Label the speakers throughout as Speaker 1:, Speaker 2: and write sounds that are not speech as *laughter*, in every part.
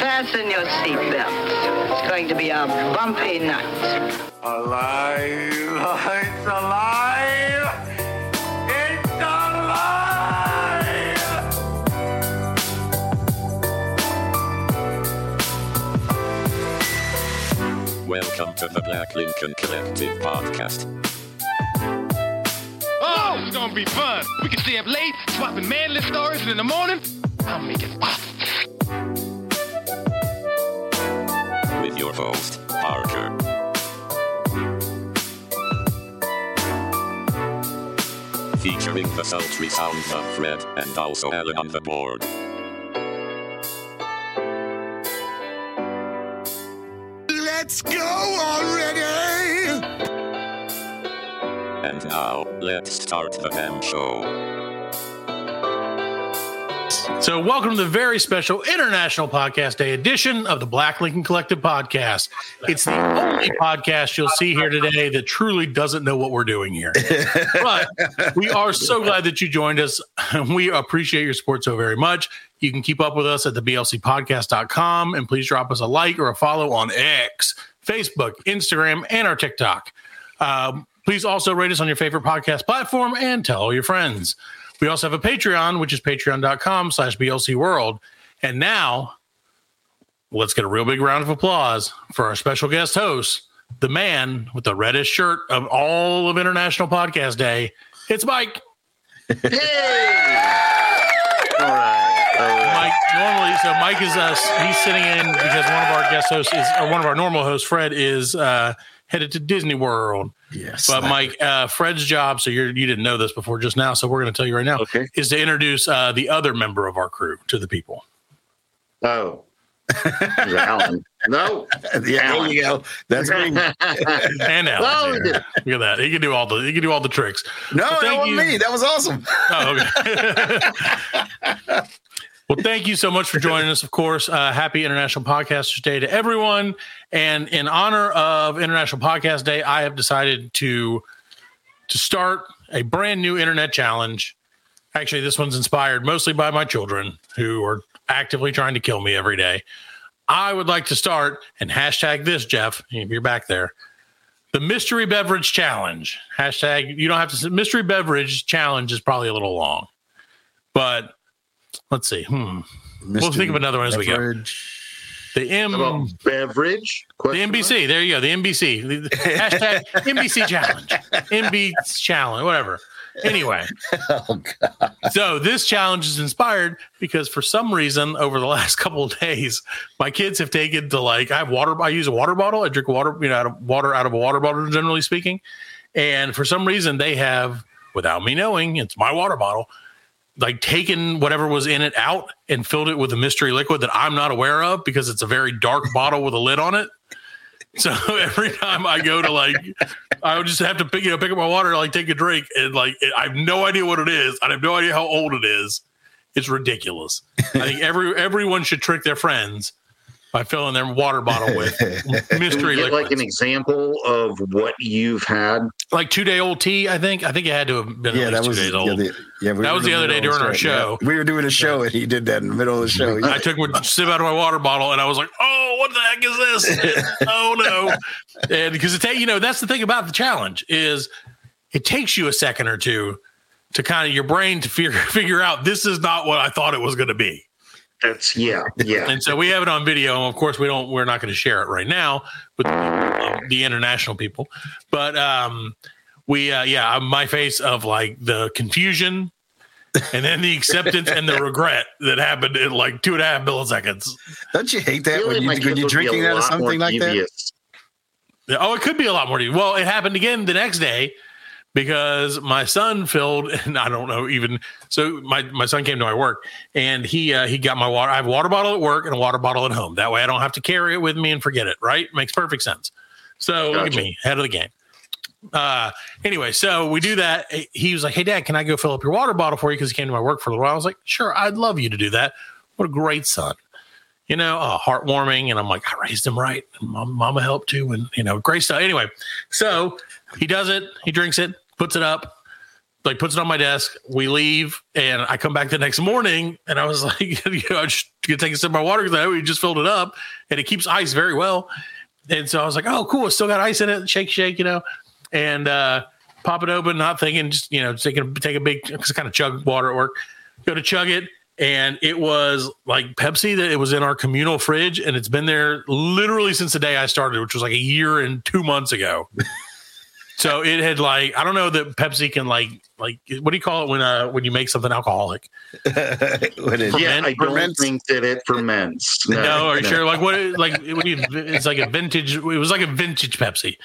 Speaker 1: Fasten your seatbelts. It's going to be a bumpy night.
Speaker 2: *laughs*
Speaker 3: Alive! It's alive! It's alive!
Speaker 4: Welcome to the Black Lincoln Collective podcast.
Speaker 5: Oh, this is gonna be fun. We can stay up late, swapping manly stories, and in the morning, I'll make it pop.
Speaker 4: with your host, Parker. Featuring the sultry sounds of Fred and also Alan on the board.
Speaker 3: Let's go already!
Speaker 4: And now, let's start the damn show.
Speaker 2: So, welcome to the very special International Podcast Day edition of the Black Lincoln Collective Podcast. It's the only podcast you'll see here today that truly doesn't know what we're doing here. But we are so glad that you joined us. *laughs* We appreciate your support so very much. You can keep up with us at the blcpodcast.com and please drop us a like or a follow on X, Facebook, Instagram, and our TikTok. Um, please also rate us on your favorite podcast platform and tell all your friends. We also have a Patreon, which is patreon.com slash BLC World. And now let's get a real big round of applause for our special guest host, the man with the reddest shirt of all of International Podcast Day. It's Mike. Mike normally, so Mike is us. He's sitting in because one of our guest hosts is, or one of our normal hosts, Fred, is uh, headed to Disney World.
Speaker 6: Yes.
Speaker 2: But Mike, uh, Fred's job, so you're, you didn't know this before just now, so we're going to tell you right now,
Speaker 6: Okay.
Speaker 2: is to introduce uh, the other member of our crew to the people.
Speaker 7: Oh. It was Alan. No.
Speaker 6: yeah, there
Speaker 7: Alan.
Speaker 6: you go. That's
Speaker 7: *laughs*
Speaker 6: me. No,
Speaker 2: And Alan, yeah.
Speaker 7: Oh, we did.
Speaker 2: look at that. He can do all the he can do all the tricks.
Speaker 6: that
Speaker 2: thank
Speaker 6: was
Speaker 2: you.
Speaker 6: me. That was awesome.
Speaker 2: Oh, okay. *laughs* well, thank you so much for joining us. Of course, uh, happy International Podcasters Day to everyone. And in honor of International Podcast Day, I have decided to to start a brand new internet challenge. Actually, this one's inspired mostly by my children who are actively trying to kill me every day. I would like to start and hashtag this, Jeff, if you're back there the mystery beverage challenge hashtag you don't have to say mystery beverage challenge is probably a little long but let's see hmm. We'll think of another one as we go. the m
Speaker 7: About beverage?
Speaker 2: the
Speaker 7: Question mark?
Speaker 2: nbc there you go the nbc The- the- hashtag
Speaker 6: *laughs*
Speaker 2: nbc challenge nb challenge whatever anyway
Speaker 6: Oh, God.
Speaker 2: so this challenge is inspired because for some reason over the last *laughs* couple of days my kids have taken to like i have water i use a water bottle i drink water you know out of water out of a water bottle generally speaking and for some reason they have without me knowing it's my water bottle like taken whatever was in it out and filled it with a mystery liquid that i'm not aware of because it's a very dark
Speaker 6: *laughs*
Speaker 2: bottle with a lid on it so *laughs* every time I go to like, I would just have to pick you know pick up my water and like take a drink and like it, I have no idea what it is. I have no idea how old it is. It's ridiculous. I think every everyone should trick their friends by filling their water bottle
Speaker 6: *laughs*
Speaker 2: with
Speaker 7: Can we
Speaker 2: mystery
Speaker 7: get,
Speaker 2: liquids.
Speaker 7: like
Speaker 2: Like,
Speaker 7: an example of what you've had.
Speaker 2: two day old tea. I think I think it had to have been
Speaker 6: Yeah,
Speaker 2: at
Speaker 6: that
Speaker 2: least
Speaker 6: was
Speaker 2: two
Speaker 6: yeah,
Speaker 2: days old.
Speaker 6: the, yeah, we
Speaker 2: That
Speaker 6: were
Speaker 2: was
Speaker 6: in
Speaker 2: the other day
Speaker 6: middle of
Speaker 2: during our
Speaker 6: the
Speaker 2: show.
Speaker 6: Yeah. We were doing a show and he did that in the middle of the show.
Speaker 2: I took one sip out of my water bottle and I was like, "Oh, what the heck is this? oh no!" And because it takes, you know, that's the thing about the challenge is it takes you a second or two to kind of your brain to figure *laughs* figure out this is not what I thought it was going to be.
Speaker 7: That's yeah, yeah.
Speaker 2: And so we have it on video. And of course, we don't. We're not going to share it right now with uh, the international people. But um, we, uh, yeah, my face of like the confusion, and then the acceptance and the regret that happened in like two and a half milliseconds.
Speaker 6: *laughs* Don't you hate
Speaker 7: I
Speaker 6: that
Speaker 7: feel
Speaker 6: when,
Speaker 7: like
Speaker 6: you,
Speaker 7: my
Speaker 6: when
Speaker 7: kids
Speaker 6: you're
Speaker 7: would be
Speaker 6: drinking
Speaker 7: a
Speaker 6: out of
Speaker 7: lot more
Speaker 6: something like that?
Speaker 7: devious.
Speaker 2: Yeah, Oh, it could be a lot more. deep. Well, it happened again the next day because my son filled, *laughs* and I don't know even. So my my son came to my work, and he uh, he got my water. I have a water bottle at work and a water bottle at home. That way, I don't have to carry it with me and forget it. Right? Makes perfect sense. So look at
Speaker 7: Gotcha.
Speaker 2: me, head of the game. Uh, anyway, so we do that. Eh, He was like, "Hey, Dad, can I go fill up your water bottle for you?" Because he came to my work for a little while. I was like, "Sure, I'd love you to do that." What a great son you know, uh, heartwarming. And I'm like, I raised him right. And mom, mama helped too. And, you know, great stuff. Anyway, so he does it. He drinks it, puts it up. like puts it on my desk. We leave, and I come back the next morning, and I was *laughs* like, you know, I just gonna take a sip of my water because I know you just filled it up, and it keeps ice very well. And so I was like, oh, cool, it's still got ice in it. Shake, shake, you know, and uh, pop it open, not thinking, just you know, take a take a big, just kind of chug water at work. Go to chug it, and it was like Pepsi that it was in our communal fridge, and it's been there literally since the day I started, which was like a year and two months
Speaker 7: *laughs*
Speaker 2: ago. So it had like I don't know that Pepsi can like like what do you call it when uh when you make something alcoholic?
Speaker 6: *laughs* What
Speaker 7: *laughs*
Speaker 6: is-
Speaker 7: Yeah, I don't
Speaker 6: Ferments.
Speaker 7: think that it ferments.
Speaker 2: No, are you
Speaker 6: no.
Speaker 2: sure? Like what? it- Like it, what do you, it's like a vintage. It was like a vintage Pepsi.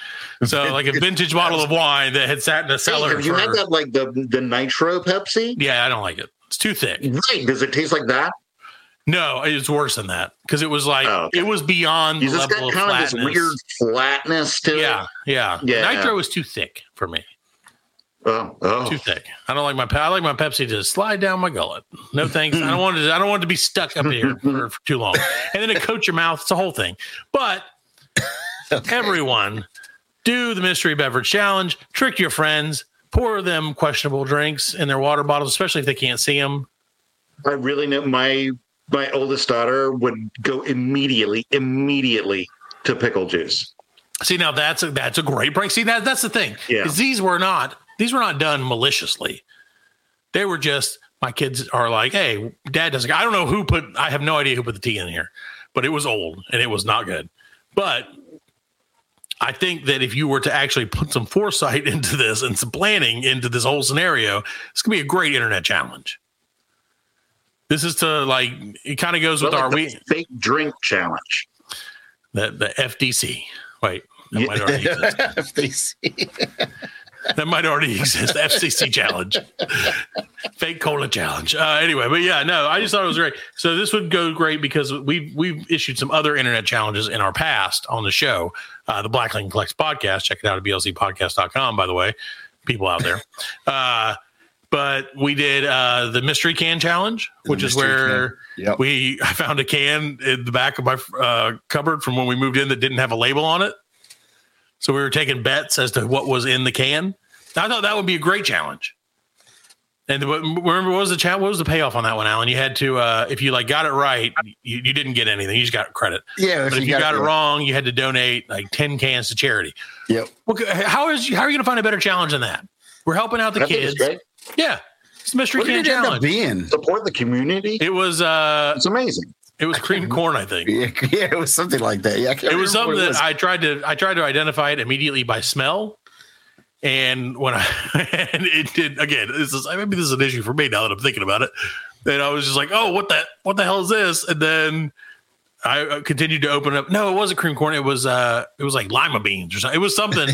Speaker 2: So
Speaker 7: *laughs*
Speaker 2: like a vintage bottle of wine that had sat in a
Speaker 7: Hey,
Speaker 2: cellar.
Speaker 7: have you had
Speaker 2: for-
Speaker 7: that like the the nitro Pepsi?
Speaker 2: yeah, I don't like it. It's too thick.
Speaker 7: Right? Does it taste like that?
Speaker 2: No, it's worse than that because it was like
Speaker 7: Oh, okay.
Speaker 2: it was beyond the
Speaker 7: You just
Speaker 2: Mm, level
Speaker 7: got
Speaker 2: of
Speaker 7: kind of this
Speaker 2: flatness.
Speaker 7: weird flatness to
Speaker 2: yeah, yeah,
Speaker 7: Yeah.
Speaker 2: Nitro is too thick for me.
Speaker 7: it. Oh, oh.
Speaker 2: Too thick. I don't like my. pe- I like my Pepsi to slide down my gullet.
Speaker 7: *laughs*
Speaker 2: No thanks. I don't want it. To, I don't want it to be stuck up here for, for too long, and then it coats your mouth. It's a whole thing. But everyone, do the mystery beverage challenge. Trick your friends. Pour them questionable drinks in their water bottles, especially if they can't see them.
Speaker 7: I really know my my oldest daughter would go immediately, immediately to pickle juice.
Speaker 2: See, now that's a that's a great prank. See, that that's the thing.
Speaker 7: Yeah.
Speaker 2: 'Cause these were not these were not done maliciously. They were just my kids are like, hey, dad doesn't. I don't know who put. I have no idea who put the tea in here, but it was old and it was not good. But I think that if you were to actually put some foresight *laughs* into this and some planning into this whole scenario, it's gonna be a great internet challenge. This is to like it kind of goes with
Speaker 7: Well,
Speaker 2: our
Speaker 7: like
Speaker 2: we
Speaker 7: the fake drink challenge?
Speaker 2: the, the FDC. Wait, that
Speaker 7: Yeah.
Speaker 2: might already exist.
Speaker 7: *laughs*
Speaker 6: If they see-
Speaker 2: that might already exist. FCC challenge, fake cola challenge. Uh, anyway, but yeah, no, I just thought it was great. So this would go great because we we've issued some other internet challenges in our past on the show, uh, the Black Lincoln Collects podcast. Check it out at blcpodcast.com, By the way, people out there. Uh, but we did uh, the mystery can challenge, which is
Speaker 6: mystery
Speaker 2: where
Speaker 6: can. Yep.
Speaker 2: we I found a can in the back of my uh, cupboard from when we moved in that didn't have a label on it. So we were taking bets as to what was in the can. I thought that would be a great challenge. And what- remember, what was the chat? What was the payoff on that one, Alan? You had to, uh, if you like got it right, you, you didn't get anything. You just got credit.
Speaker 6: yeah,
Speaker 2: But if you got it wrong, you had to donate like ten cans to charity.
Speaker 6: Yep.
Speaker 2: Well, how is how are you going to find a better challenge than that? We're helping out the
Speaker 7: I think it's
Speaker 2: kids.
Speaker 7: great.
Speaker 2: Yeah, it's a mystery
Speaker 6: What
Speaker 2: can
Speaker 6: did it end up
Speaker 2: challenge.
Speaker 6: being?
Speaker 7: Support the community.
Speaker 2: It was uh,
Speaker 7: It's amazing.
Speaker 2: it was cream corn, *laughs* I think.
Speaker 6: Yeah, *laughs* yeah, it was something like that. Yeah, I can't
Speaker 2: it was
Speaker 6: remember
Speaker 2: something
Speaker 6: what
Speaker 2: that
Speaker 6: it was.
Speaker 2: I tried to I tried to identify it immediately by smell. And when I *laughs* and it did again, this is maybe this is an issue for me now that I'm thinking about it. And I was just like, oh, what the what the hell is this? And then I uh, continued to open up. No, it wasn't cream corn. It was uh, it was like lima beans or something. It
Speaker 6: *laughs*
Speaker 2: was something.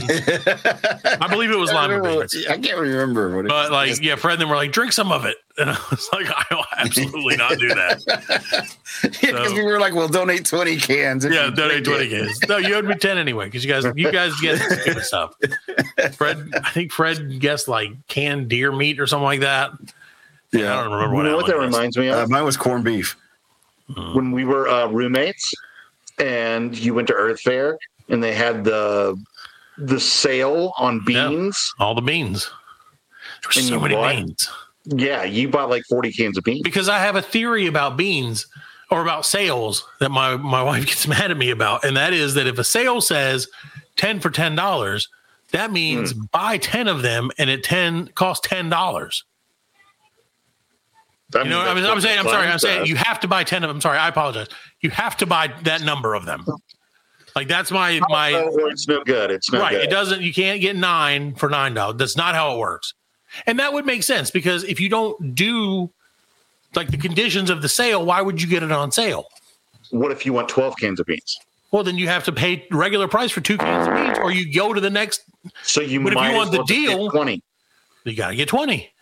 Speaker 2: I believe it was
Speaker 6: I,
Speaker 2: lima
Speaker 6: remember
Speaker 2: beans.
Speaker 6: what- I can't remember what it was. *laughs*
Speaker 2: But like, yeah, Fred and them were like, drink some of it, *laughs* and I was like, I will absolutely not do that.
Speaker 6: because
Speaker 2: so-
Speaker 6: we were like, well, donate 20 cans. if
Speaker 2: Yeah,
Speaker 6: you
Speaker 2: donate
Speaker 6: drink
Speaker 2: twenty
Speaker 6: it.
Speaker 2: kids. No, you owed me ten anyway because you guys, you guys get stupid stuff. Fred, I think Fred guessed like canned deer meat or something like that. I
Speaker 6: Yeah.
Speaker 2: don't remember
Speaker 7: You
Speaker 2: what. Alan
Speaker 7: know
Speaker 2: Uh-huh.
Speaker 7: what that
Speaker 2: guessed.
Speaker 7: reminds me
Speaker 6: Uh,
Speaker 7: of?
Speaker 6: mine was corned beef.
Speaker 7: when we were uh, roommates, and you went to Earth Fair, and they had the the sale on
Speaker 2: Yeah.
Speaker 7: beans.
Speaker 2: All the beans. There's
Speaker 7: And
Speaker 2: so
Speaker 7: you
Speaker 2: many
Speaker 7: what?
Speaker 2: beans
Speaker 7: Yeah, you bought like forty cans of beans.
Speaker 2: because I have a theory about beans or about sales that my my wife gets *laughs* mad at me about, and that is that if a sale says ten for ten dollars, that means
Speaker 7: Hmm.
Speaker 2: buy ten of them and it ten costs ten dollars.
Speaker 7: I
Speaker 2: You know, I'm,
Speaker 7: that's
Speaker 2: I'm
Speaker 7: what
Speaker 2: saying, I'm
Speaker 7: the
Speaker 2: sorry, I'm
Speaker 7: sign
Speaker 2: saying
Speaker 7: says.
Speaker 2: you have to buy 10 of them. I'm sorry, I apologize. You have to buy that number of them. Like that's my, my,
Speaker 7: Oh, or it's no good. It's no
Speaker 2: right.
Speaker 7: good.
Speaker 2: It doesn't, you can't get nine for $9. That's not how it works. And that would make sense because if you don't do like the conditions of the sale, why would you get it on sale?
Speaker 7: What if you want twelve cans of beans?
Speaker 2: Well, then you have to pay regular price for two cans of beans or you go to the next,
Speaker 7: So you
Speaker 2: But if you
Speaker 7: might as
Speaker 2: want the
Speaker 7: well just get
Speaker 2: deal-
Speaker 7: twenty.
Speaker 2: you got to get 20.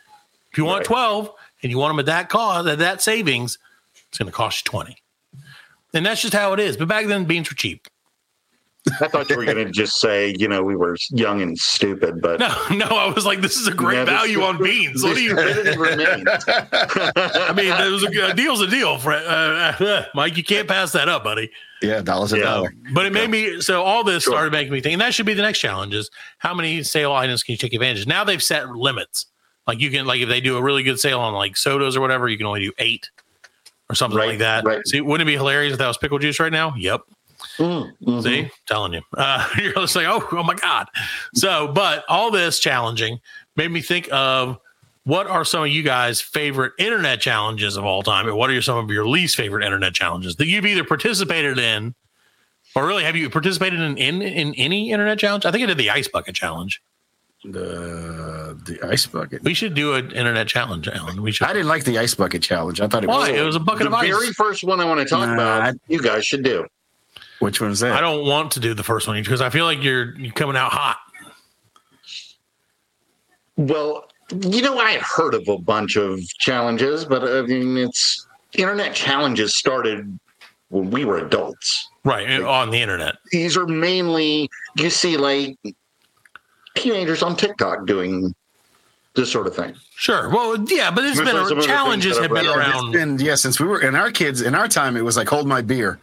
Speaker 2: If you want
Speaker 7: Right.
Speaker 2: 12 and you want them at that cost, at that savings, it's going to cost you 20. And that's just how it is. But back then, beans were cheap. *laughs*
Speaker 7: I thought you were going to just say, you know, we were young and stupid, but
Speaker 2: No, no, I was like, this is a great
Speaker 7: Yeah, this-
Speaker 2: value on beans. What do
Speaker 7: *laughs*
Speaker 2: you?
Speaker 7: stupidity remains.
Speaker 2: I mean, there was a, a deal's a deal, Fred. Uh, uh, *laughs* Mike, you can't pass that up, buddy.
Speaker 6: Yeah, dollars a
Speaker 7: Yeah.
Speaker 6: dollar.
Speaker 2: But it made me so all this
Speaker 7: Sure.
Speaker 2: started making me think, and that should be the next challenge: is how many sale items can you take advantage? of? Now they've set limits. Like you can like if they do a really good sale on like sodas or whatever, you can only do eight or something
Speaker 7: Right,
Speaker 2: like that.
Speaker 7: right.
Speaker 2: See, wouldn't it be hilarious if that was pickle juice right now? Yep.
Speaker 7: Mhm.
Speaker 2: See, telling you, uh, *laughs* you're just like, oh, oh my god. So, but all this challenging made me think of what are some of you guys' favorite internet challenges of all time, and what are your- some of your least favorite internet challenges that you've either participated in, or really have you participated in in, in any internet challenge? I think I did the ice bucket challenge.
Speaker 6: The the ice bucket.
Speaker 2: We should do an internet challenge, Alan. We should.
Speaker 6: I didn't like the ice bucket challenge. I thought it
Speaker 2: Why?
Speaker 6: was.
Speaker 2: It was a bucket
Speaker 7: The
Speaker 2: of ice.
Speaker 7: very first one I want to talk
Speaker 6: Nah, I-
Speaker 7: about, you guys should do.
Speaker 6: Which one was that?
Speaker 2: I don't want to do the first one because I feel like you're, you're coming out hot.
Speaker 7: Well, you know, I had heard of a bunch of challenges, but I mean, it's internet challenges started when we were adults.
Speaker 2: Right on the internet.
Speaker 7: These are mainly you see like teenagers on TikTok doing this sort of thing.
Speaker 2: Sure. Well, yeah, but it's
Speaker 7: There's
Speaker 2: been
Speaker 7: some other
Speaker 2: a,
Speaker 7: things
Speaker 2: challenges
Speaker 7: that
Speaker 2: have
Speaker 7: are
Speaker 2: been
Speaker 7: relevant.
Speaker 6: Yeah, it's
Speaker 2: around.
Speaker 6: been- yeah, since we were in our kids in our time, it was like hold my beer.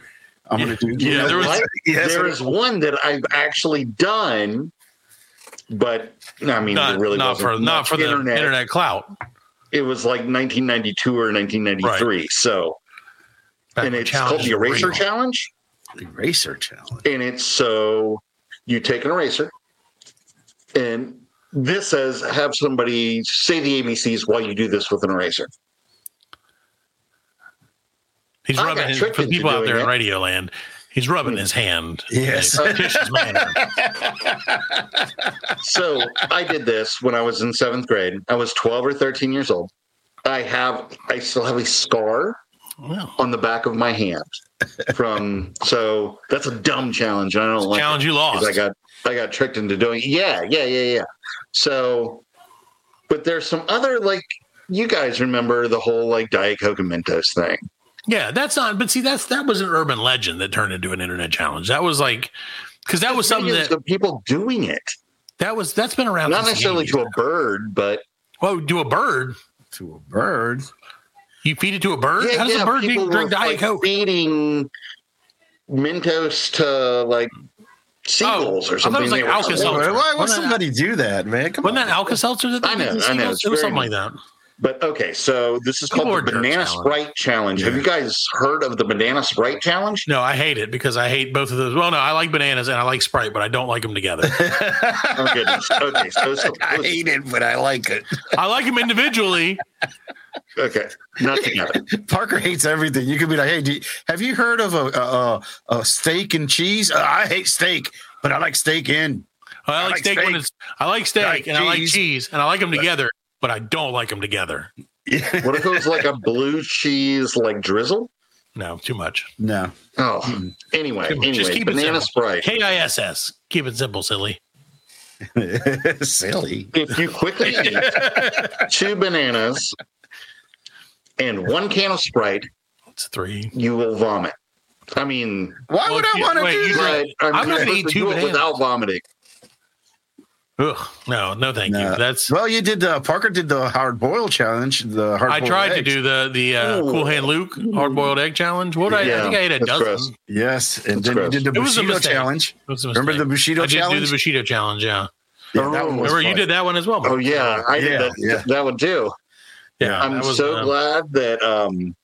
Speaker 6: I'm
Speaker 2: Yeah.
Speaker 6: gonna do.
Speaker 2: Yeah, there was-
Speaker 7: What?
Speaker 6: *laughs* Yes,
Speaker 7: there
Speaker 6: it-
Speaker 7: is one that I've actually done, but I mean,
Speaker 2: not,
Speaker 7: there really
Speaker 2: not
Speaker 7: wasn't
Speaker 2: for not
Speaker 7: much
Speaker 2: for the internet, clout.
Speaker 7: It was like 1992 or 1993. So,
Speaker 2: That
Speaker 7: and it's
Speaker 2: challenge
Speaker 7: called the
Speaker 2: is
Speaker 7: Eraser
Speaker 2: real.
Speaker 7: Challenge.
Speaker 6: eraser challenge.
Speaker 7: and it's so you take an eraser and this says have somebody say the abcs while you do this with an eraser
Speaker 2: He's
Speaker 7: I got
Speaker 2: rubbing his,
Speaker 7: tricked
Speaker 2: for
Speaker 7: into
Speaker 2: people out
Speaker 7: doing
Speaker 2: there in
Speaker 7: it.
Speaker 2: Radio Land. He's rubbing his hand.
Speaker 6: Yes.
Speaker 2: in a fictitious *laughs* manner.
Speaker 7: so i did this when i was in seventh grade i was 12 or 13 years old i have i still have a scar
Speaker 2: Well,
Speaker 7: on the back of my hand from so that's a dumb challenge and i don't like it.
Speaker 2: challenge you
Speaker 7: 'Cause
Speaker 2: lost.
Speaker 7: I got I got tricked into doing. Yeah, yeah, yeah, yeah. So, but there's some other like you guys remember the whole like Diet Coke and Mentos thing.
Speaker 2: yeah, that's not. But see, that's that was an urban legend that turned into an internet challenge. That was like because that was something
Speaker 7: Videos
Speaker 2: that
Speaker 7: of people doing it,
Speaker 2: that was that's been around.
Speaker 7: not
Speaker 2: since the
Speaker 7: necessarily
Speaker 2: 80s.
Speaker 7: to a bird, but
Speaker 2: Well, do a bird?
Speaker 6: To a bird.
Speaker 2: You feed it to a bird? How does a bird
Speaker 7: people
Speaker 2: drink, drink
Speaker 7: were,
Speaker 2: Diet
Speaker 7: like,
Speaker 2: Coke?
Speaker 7: Feeding Mentos to like seagulls
Speaker 2: Oh,
Speaker 7: or
Speaker 2: I thought
Speaker 7: something.
Speaker 2: it was like
Speaker 7: They were-
Speaker 2: Alka-Seltzer.
Speaker 6: Why, why would
Speaker 2: Wasn't that-
Speaker 6: somebody do that, man? Come
Speaker 2: Wasn't
Speaker 6: on.
Speaker 2: that Alka Seltzer that they
Speaker 7: I know,
Speaker 2: did?
Speaker 7: I know, it's
Speaker 2: It was
Speaker 7: very
Speaker 2: something like that.
Speaker 7: But okay, so this is
Speaker 2: People
Speaker 7: called the
Speaker 2: are jerks,
Speaker 7: Banana
Speaker 2: Alan.
Speaker 7: Sprite Challenge. Have
Speaker 6: Yeah.
Speaker 7: you guys heard of the Banana Sprite Challenge?
Speaker 2: *laughs* No, I hate it because I hate both of those. Well, no, I like bananas and I like Sprite, but I don't like them together.
Speaker 7: Oh goodness. Okay,
Speaker 2: *laughs*
Speaker 7: so, so
Speaker 6: I hate it, but I like it.
Speaker 2: I like them individually.
Speaker 7: okay, not together.
Speaker 6: Parker hates everything. You could be like, "Hey, do you, have you heard of a, a, a, a steak and cheese? Uh, I hate steak, but I like steak in.
Speaker 2: I like, steak, when it's I like steak
Speaker 6: like
Speaker 2: and I like
Speaker 6: cheese.
Speaker 2: cheese and I like them together, but I don't like them together.
Speaker 7: What if it was like a blue cheese like drizzle?
Speaker 2: No, too much.
Speaker 6: *laughs* No,
Speaker 7: Oh, anyway,
Speaker 2: Come on,
Speaker 7: anyway,
Speaker 2: just keep it simple.
Speaker 7: banana sprite.
Speaker 2: K I S S. Keep it simple, silly.
Speaker 6: *laughs* silly.
Speaker 7: If you quickly eat
Speaker 2: *laughs*
Speaker 7: two bananas and one can of sprite,
Speaker 2: It's three.
Speaker 7: you will vomit. I mean,
Speaker 6: Why
Speaker 2: Well,
Speaker 6: would I
Speaker 2: you-
Speaker 6: want to
Speaker 2: wait,
Speaker 6: do
Speaker 2: you-
Speaker 6: that?
Speaker 7: but I'm,
Speaker 2: I'm not gonna
Speaker 7: supposed
Speaker 2: eat
Speaker 7: to
Speaker 2: two
Speaker 7: do it
Speaker 2: bananas.
Speaker 7: without vomiting.
Speaker 2: Ugh. No, no, thank
Speaker 6: No.
Speaker 2: you. That's
Speaker 6: Well, you did the Parker did the hard boil challenge. The hard
Speaker 2: I tried to do the the uh,
Speaker 7: Ooh.
Speaker 2: Cool Hand Luke hard boiled egg challenge. What did I, I
Speaker 7: Yeah,
Speaker 2: think I ate a
Speaker 7: that's
Speaker 2: dozen.
Speaker 7: gross.
Speaker 6: Yes, and
Speaker 7: That's
Speaker 6: then
Speaker 7: gross.
Speaker 6: you did the
Speaker 2: It was a
Speaker 6: Bushido
Speaker 2: mistake.
Speaker 6: challenge.
Speaker 2: It was a
Speaker 6: Remember the
Speaker 2: mistake.
Speaker 6: Bushido
Speaker 2: I did
Speaker 6: challenge?
Speaker 2: do the Bushido challenge. Yeah,
Speaker 6: yeah, that one was
Speaker 2: remember you
Speaker 6: fun.
Speaker 2: did that one as well.
Speaker 7: Oh
Speaker 2: Mark.
Speaker 7: yeah, I
Speaker 6: Yeah,
Speaker 7: did that.
Speaker 6: yeah.
Speaker 7: That would do.
Speaker 2: yeah.
Speaker 7: I'm
Speaker 2: that was,
Speaker 7: so
Speaker 2: uh,
Speaker 7: glad that um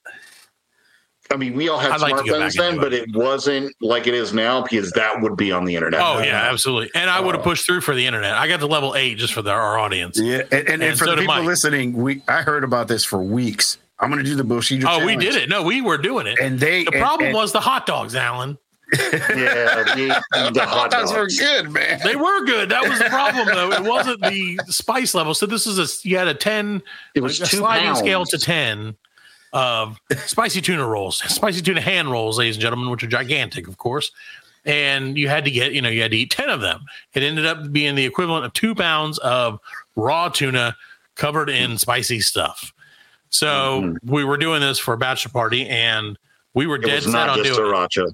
Speaker 7: I mean we all had
Speaker 2: I'd like to go back
Speaker 7: smartphones then,
Speaker 2: and do
Speaker 7: but
Speaker 2: it.
Speaker 7: it wasn't like it is now because that would be on the internet.
Speaker 2: Oh yeah, absolutely. And I would
Speaker 6: Oh.
Speaker 2: have pushed through for the internet. I got to level eight just for the, our audience.
Speaker 6: Yeah, and, and,
Speaker 2: And
Speaker 6: and for
Speaker 2: so
Speaker 6: the
Speaker 2: did
Speaker 6: people
Speaker 2: Mike.
Speaker 6: listening, we I heard about this for weeks. I'm going to do the Bushido.
Speaker 2: Oh, we
Speaker 6: challenge.
Speaker 2: did it. No, we were doing it.
Speaker 6: and they
Speaker 2: the
Speaker 6: and-
Speaker 2: problem
Speaker 6: and-
Speaker 2: was the hot dogs, Alan.
Speaker 7: Yeah,
Speaker 2: *laughs*
Speaker 7: the,
Speaker 6: *laughs*
Speaker 7: the hot
Speaker 6: Those
Speaker 7: dogs.
Speaker 6: were good, man.
Speaker 2: They were good. That was the problem, though. It wasn't the spice level. So this is a you had a ten,
Speaker 7: It was
Speaker 2: a
Speaker 7: two
Speaker 2: sliding
Speaker 7: pounds.
Speaker 2: scale to ten of spicy tuna rolls, *laughs* spicy tuna hand rolls, ladies and gentlemen, which are gigantic, of course. And you had to get, you know, you had to eat ten of them. It ended up being the equivalent of two pounds of raw tuna covered in spicy stuff. So we were doing this for a bachelor party, and we were
Speaker 7: Mm-hmm. It
Speaker 2: dead
Speaker 7: was
Speaker 2: set
Speaker 7: not
Speaker 2: on
Speaker 7: just
Speaker 2: doing it.
Speaker 7: sriracha.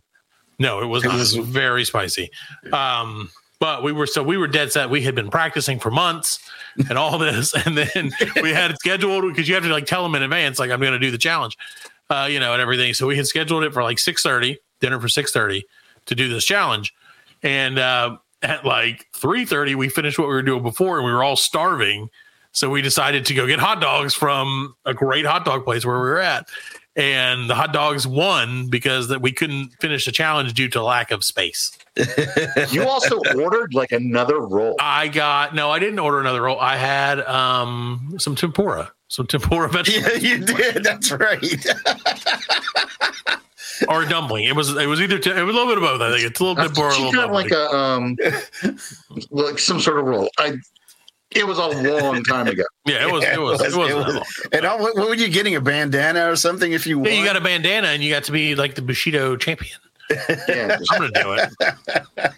Speaker 2: No, it was
Speaker 6: It
Speaker 2: not. It was
Speaker 6: was-
Speaker 2: very spicy. Um, but we were so we were dead set. We had been practicing for months and all this, *laughs* and then we had it scheduled because you have to like tell them in advance, like I'm going to do the challenge, uh, you know, and everything. So we had scheduled it for like 6:30 dinner for 6:30 to do this challenge, and uh, at like 3:30 we finished what we were doing before, and we were all starving. So we decided to go get hot dogs from a great hot dog place where we were at. And the hot dogs won because that we couldn't finish the challenge due to lack of space. *laughs*
Speaker 7: You also ordered like another roll.
Speaker 2: I got no, I didn't order another roll. I had um some tempura, some tempura *laughs*
Speaker 6: *laughs*
Speaker 2: vegetables
Speaker 6: Yeah, you did. That's right.
Speaker 2: or a dumpling. It was it was either te- it was a little bit of both. I think it's a little
Speaker 7: I
Speaker 2: bit tempura, a
Speaker 7: she
Speaker 2: little
Speaker 7: got
Speaker 2: dumpling.
Speaker 7: like a um, like some sort of roll. I. It was a long time ago.
Speaker 2: yeah, it was it was it was.
Speaker 6: It
Speaker 2: that
Speaker 7: *laughs*
Speaker 6: was-
Speaker 2: long.
Speaker 6: And all, what, what were you getting? A bandana or something? If you
Speaker 2: Yeah,
Speaker 6: want.
Speaker 2: you got a bandana and you got to be like the Bushido champion.
Speaker 7: Yeah,
Speaker 2: I'm gonna do it.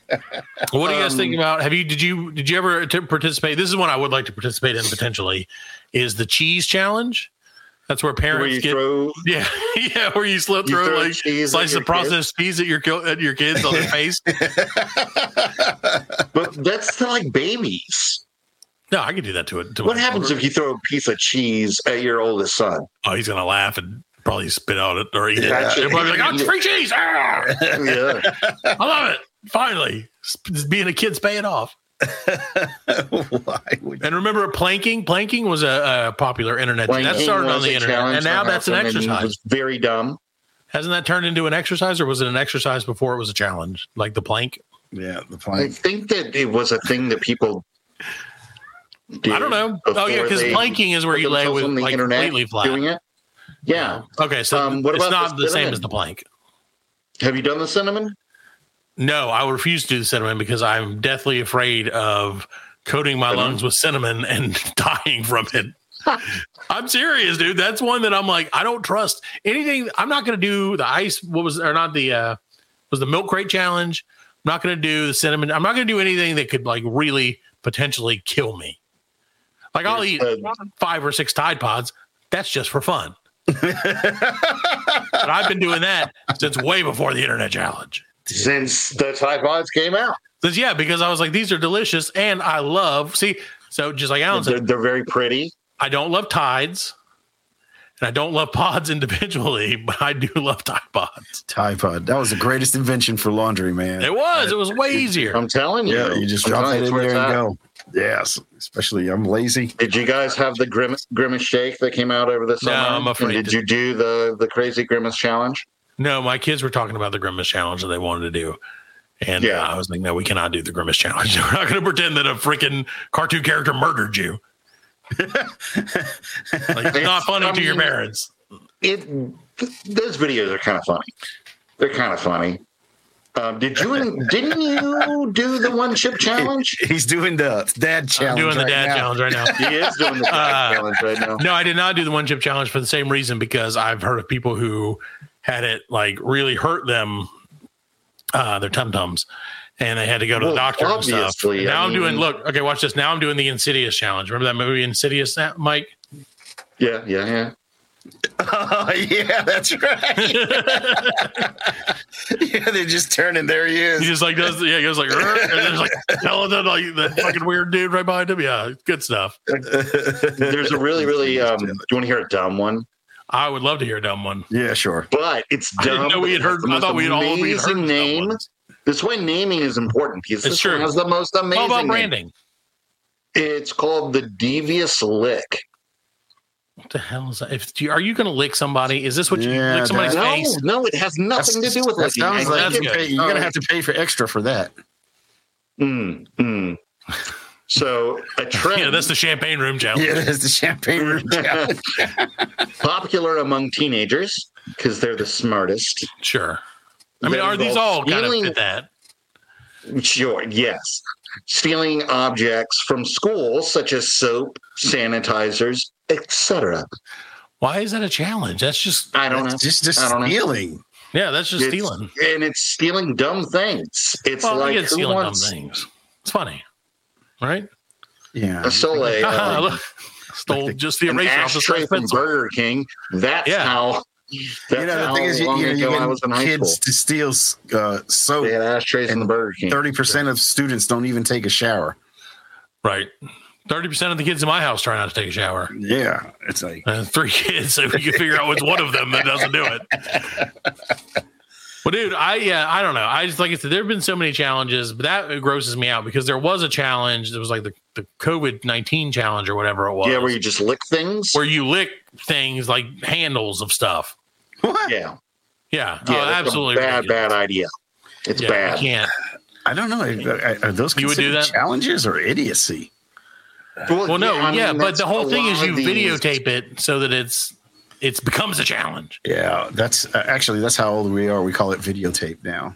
Speaker 7: *laughs*
Speaker 2: What do you guys
Speaker 7: Um,
Speaker 2: think about? Have you did you did you ever attempt participate? This is one I would like to participate in potentially. Is the cheese challenge? That's where
Speaker 7: where
Speaker 2: *laughs* parents
Speaker 7: you
Speaker 2: get
Speaker 7: throw
Speaker 2: yeah *laughs* yeah where you slip
Speaker 7: You
Speaker 2: through
Speaker 7: throw
Speaker 2: like
Speaker 7: cheese at
Speaker 2: slice
Speaker 7: your
Speaker 2: the processed cheese at your kil- at your kids on their
Speaker 7: *laughs*
Speaker 2: face.
Speaker 7: But that's to like babies.
Speaker 2: No, I could do that to it. to
Speaker 7: What
Speaker 2: my
Speaker 7: happens
Speaker 2: daughter.
Speaker 7: if you throw a piece of cheese at your oldest
Speaker 2: *laughs*
Speaker 7: son?
Speaker 2: Oh, he's gonna laugh and probably spit out it or eat it.
Speaker 7: Yeah.
Speaker 2: They're probably like, "Oh, it's free cheese! Ah!
Speaker 7: Yeah.
Speaker 2: I love it! Finally, Sp- being a kid's paying off."
Speaker 6: *laughs* Why would
Speaker 2: And remember, planking. Planking was a, a popular internet.
Speaker 7: Like,
Speaker 2: that
Speaker 7: he
Speaker 2: started on
Speaker 7: was
Speaker 2: the
Speaker 7: a
Speaker 2: internet,
Speaker 7: challenge
Speaker 2: and now
Speaker 7: for
Speaker 2: that's an
Speaker 7: him, and he
Speaker 2: exercise.
Speaker 7: was very dumb.
Speaker 2: Hasn't that turned into an exercise, or was it an exercise before it was a challenge, like the plank?
Speaker 6: Yeah, the
Speaker 7: I
Speaker 6: plank.
Speaker 7: think that it was a thing that people. Did
Speaker 2: I don't know. Oh yeah,
Speaker 7: before
Speaker 2: because
Speaker 7: they
Speaker 2: planking is where
Speaker 7: put
Speaker 2: you lay
Speaker 7: themselves
Speaker 2: with
Speaker 7: on the
Speaker 2: like
Speaker 7: internet
Speaker 2: completely flat.
Speaker 7: Doing it. Yeah.
Speaker 2: Okay, so
Speaker 7: Um, what
Speaker 2: it's
Speaker 7: about
Speaker 2: not
Speaker 7: the
Speaker 2: the same
Speaker 7: cinnamon?
Speaker 2: as the plank.
Speaker 7: Have you done the cinnamon?
Speaker 2: No, I refuse to do the cinnamon because I'm deathly afraid of coating my
Speaker 7: Cinnamon?
Speaker 2: lungs with cinnamon *laughs* and dying from
Speaker 7: *laughs*
Speaker 2: it. I'm serious, dude. That's one that I'm like, I don't trust anything. I'm not going to do the ice. What was or not the uh was the milk crate challenge? I'm not going to do the cinnamon. I'm not going to do anything that could like really potentially kill me. Like I'll eat
Speaker 7: There's,
Speaker 2: five or six Tide Pods. That's just for fun. but I've been doing that since way before the internet challenge.
Speaker 7: Since the Tide Pods came out,
Speaker 2: Says, yeah, because I was like, these are delicious and I love. See, so just like Alan
Speaker 7: they're,
Speaker 2: said,
Speaker 7: they're very pretty.
Speaker 2: I don't love tides and I don't love pods *laughs* individually, but I do love Tide Pods.
Speaker 6: Tide Pod. That was the greatest invention for laundry, man.
Speaker 2: It was, it was way easier.
Speaker 7: I'm telling you.
Speaker 6: Yeah, you just
Speaker 7: I'm
Speaker 6: drop
Speaker 7: telling
Speaker 6: it
Speaker 7: you,
Speaker 6: in
Speaker 7: it's
Speaker 6: there
Speaker 7: where
Speaker 6: and
Speaker 7: it's
Speaker 6: go.
Speaker 7: at.
Speaker 6: Yes, especially I'm lazy.
Speaker 7: Did you guys have the grimace, grimace shake that came out over the
Speaker 2: No,
Speaker 7: summer?
Speaker 2: I'm
Speaker 7: And
Speaker 2: afraid
Speaker 7: Did
Speaker 2: to-
Speaker 7: you do the the crazy grimace challenge?
Speaker 2: No, my kids were talking about the Grimace Challenge that they wanted to do. And
Speaker 7: Yeah.
Speaker 2: uh, I was like, no, we cannot do the Grimace Challenge. *laughs* We're not going to pretend that a freaking cartoon character murdered
Speaker 7: *laughs*
Speaker 2: you. like, it's not funny to your parents.
Speaker 7: It th- those videos are kind of funny. They're kind of funny. Um, did you
Speaker 2: *laughs*
Speaker 7: didn't you do the one chip challenge?
Speaker 6: He's doing the dad
Speaker 2: I'm
Speaker 6: challenge.
Speaker 2: doing the
Speaker 6: right
Speaker 2: dad
Speaker 6: now.
Speaker 2: challenge right now.
Speaker 7: He is doing the
Speaker 2: Uh,
Speaker 7: challenge right now.
Speaker 2: No, I did not do the one chip challenge for the same reason because I've heard of people who had it like really hurt them, uh, their tum tums, and they had to go to
Speaker 7: Well,
Speaker 2: the doctor and stuff.
Speaker 7: obviously,
Speaker 2: now
Speaker 7: I
Speaker 2: I'm doing
Speaker 7: mean-
Speaker 2: look, okay, watch this. Now I'm doing the Insidious challenge. Remember that movie Insidious, now,
Speaker 7: *laughs*
Speaker 2: Mike?
Speaker 7: *laughs* Yeah, yeah, yeah.
Speaker 6: *laughs* Oh yeah, that's right. *laughs* yeah, they just turn and there he
Speaker 2: He
Speaker 6: is.
Speaker 2: just like does yeah, he goes like "Rrr," and then
Speaker 7: *laughs*
Speaker 2: it's like skeleton, like that fucking weird dude right behind him. Yeah, good stuff.
Speaker 7: There's a really, really. Um, do you want to hear a dumb one?
Speaker 2: I would love to hear a dumb one.
Speaker 6: yeah, sure.
Speaker 7: But it's
Speaker 2: I
Speaker 7: dumb.
Speaker 2: didn't know we had
Speaker 7: but
Speaker 2: heard.
Speaker 7: it's the
Speaker 2: I thought
Speaker 7: most
Speaker 2: we had all we had
Speaker 7: amazing
Speaker 2: heard dumb
Speaker 7: name.
Speaker 2: ones.
Speaker 7: This way, naming is important because
Speaker 2: It's
Speaker 7: this
Speaker 2: true.
Speaker 7: one has the most amazing.
Speaker 2: How about
Speaker 7: name.
Speaker 2: branding?
Speaker 7: It's called the devious lick.
Speaker 2: What the hell is that? If do you, are you going to lick somebody? Is this what
Speaker 6: Yeah,
Speaker 2: you lick somebody's
Speaker 7: No,
Speaker 2: face?
Speaker 7: no, it has nothing to do with
Speaker 6: that
Speaker 7: licking. I
Speaker 6: sounds like
Speaker 2: That's
Speaker 7: think
Speaker 6: you
Speaker 2: good.
Speaker 6: pay, you're gonna have to pay for extra for that.
Speaker 7: Mm, mm. So a trend
Speaker 2: *laughs* Yeah, that's the champagne room challenge.
Speaker 6: Yeah, that's the champagne
Speaker 7: *laughs*
Speaker 6: room challenge.
Speaker 7: popular among teenagers because they're the smartest.
Speaker 2: Sure. I mean,
Speaker 7: That
Speaker 2: are these
Speaker 7: involves
Speaker 2: all kind of
Speaker 7: stealing-
Speaker 2: fit that?
Speaker 7: Sure, yes. Stealing objects from schools such as soap, sanitizers, etc.
Speaker 2: Why is that a challenge? That's just
Speaker 7: I don't
Speaker 6: That's
Speaker 7: know.
Speaker 6: just just
Speaker 7: I don't know.
Speaker 6: stealing.
Speaker 2: yeah, that's just
Speaker 7: It's-
Speaker 2: stealing.
Speaker 7: and it's stealing dumb things. It's
Speaker 2: Well, we
Speaker 7: like
Speaker 2: get
Speaker 7: who
Speaker 2: stealing dumb
Speaker 7: wants
Speaker 2: things. It's funny, right?
Speaker 6: Yeah.
Speaker 2: *laughs*
Speaker 7: a sole,
Speaker 2: Haha,
Speaker 7: uh,
Speaker 2: look, Stole just the
Speaker 7: an
Speaker 2: eraser off the
Speaker 7: ashtray
Speaker 2: side
Speaker 7: from
Speaker 2: pencil.
Speaker 7: Burger King? That's
Speaker 2: Yeah.
Speaker 7: how. That's
Speaker 6: You know, the
Speaker 7: how
Speaker 6: thing is, you,
Speaker 7: long
Speaker 6: you know,
Speaker 7: ago
Speaker 6: you
Speaker 7: I
Speaker 6: get
Speaker 7: was in high
Speaker 6: kids
Speaker 7: school.
Speaker 6: to steal uh, soap.
Speaker 7: They had ashtrays in
Speaker 6: and
Speaker 7: the Burger King.
Speaker 6: Thirty percent of students don't even take a shower.
Speaker 2: Right. Thirty percent of the kids in my house try not to take a shower.
Speaker 6: Yeah, it's like
Speaker 2: *laughs* Uh, three kids, so we can figure out which one of them that doesn't do it. But dude, I yeah, I don't know. I just like I said, there have been so many challenges, but that grosses me out because there was a challenge that was like the, the COVID nineteen challenge or whatever it was.
Speaker 7: Yeah, where you just lick things.
Speaker 2: where you lick things like handles of stuff.
Speaker 6: What?
Speaker 7: yeah,
Speaker 2: Yeah,
Speaker 7: yeah,
Speaker 2: oh,
Speaker 7: that's a
Speaker 2: absolutely
Speaker 7: bad,
Speaker 2: ridiculous.
Speaker 7: bad idea. It's
Speaker 2: Yeah,
Speaker 7: bad.
Speaker 2: You can't.
Speaker 6: I don't know. Are, are those
Speaker 2: You would do
Speaker 6: considered
Speaker 2: that?
Speaker 6: challenges or idiocy?
Speaker 2: Well,
Speaker 7: *laughs*
Speaker 2: no,
Speaker 7: I mean,
Speaker 2: yeah, but
Speaker 7: that's
Speaker 2: the whole
Speaker 7: a
Speaker 2: thing is
Speaker 7: lot
Speaker 2: you
Speaker 7: of these-
Speaker 2: videotape it so that it's it's becomes a challenge.
Speaker 6: Yeah, that's uh, actually that's how old we are. We call it videotape now.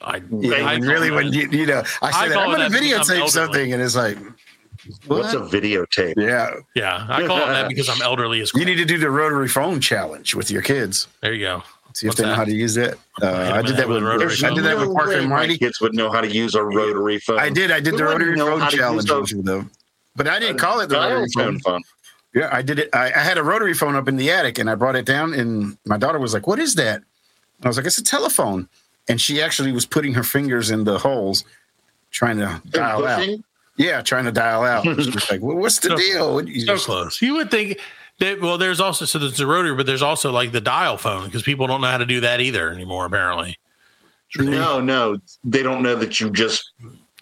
Speaker 2: I,
Speaker 6: Yeah,
Speaker 2: I
Speaker 6: and really,
Speaker 2: don't
Speaker 6: when
Speaker 2: know.
Speaker 6: you, you know, I say
Speaker 2: I
Speaker 6: that,
Speaker 2: call
Speaker 6: I'm going
Speaker 2: it
Speaker 6: to
Speaker 2: that because I'm
Speaker 6: videotape
Speaker 2: elderly.
Speaker 6: something, and it's like,
Speaker 7: What's a
Speaker 6: what?
Speaker 7: videotape?
Speaker 6: yeah,
Speaker 2: yeah, I call it that because I'm elderly as
Speaker 6: *laughs* you
Speaker 2: crap.
Speaker 6: need to do the rotary phone challenge with your kids.
Speaker 2: There you go.
Speaker 6: See if
Speaker 2: What's
Speaker 6: they know
Speaker 2: that?
Speaker 6: how to use that. Uh,
Speaker 2: hit 'em
Speaker 6: I
Speaker 2: in
Speaker 6: did
Speaker 2: the
Speaker 6: that
Speaker 2: head
Speaker 6: with
Speaker 2: with a rotary
Speaker 6: I did that
Speaker 2: phone.
Speaker 7: No
Speaker 6: with Parker
Speaker 7: way
Speaker 6: and
Speaker 7: my
Speaker 6: Marty.
Speaker 7: Kids would know how to use a rotary phone.
Speaker 6: I did. I did
Speaker 7: We
Speaker 6: the
Speaker 7: wouldn't
Speaker 6: rotary
Speaker 7: know
Speaker 6: phone
Speaker 7: how to use
Speaker 6: challenge
Speaker 7: a-
Speaker 6: with them, but I didn't call it the
Speaker 7: Dial
Speaker 6: rotary phone.
Speaker 7: tone phone.
Speaker 6: Yeah, I did it. I, I had a rotary phone up in the attic and I brought it down, and my daughter was like, What is that? And I was like, It's a telephone. And she actually was putting her fingers in the holes trying to dial out.
Speaker 7: Pushing?
Speaker 6: Yeah, trying to dial out. She was like, well, What's the
Speaker 2: So-
Speaker 6: deal? And you
Speaker 2: So
Speaker 6: just-
Speaker 2: close. You would think that. Well, there's also so there's the rotary, but there's also like the dial phone because people don't know how to do that either anymore. Apparently,
Speaker 7: No, no, they don't know that you just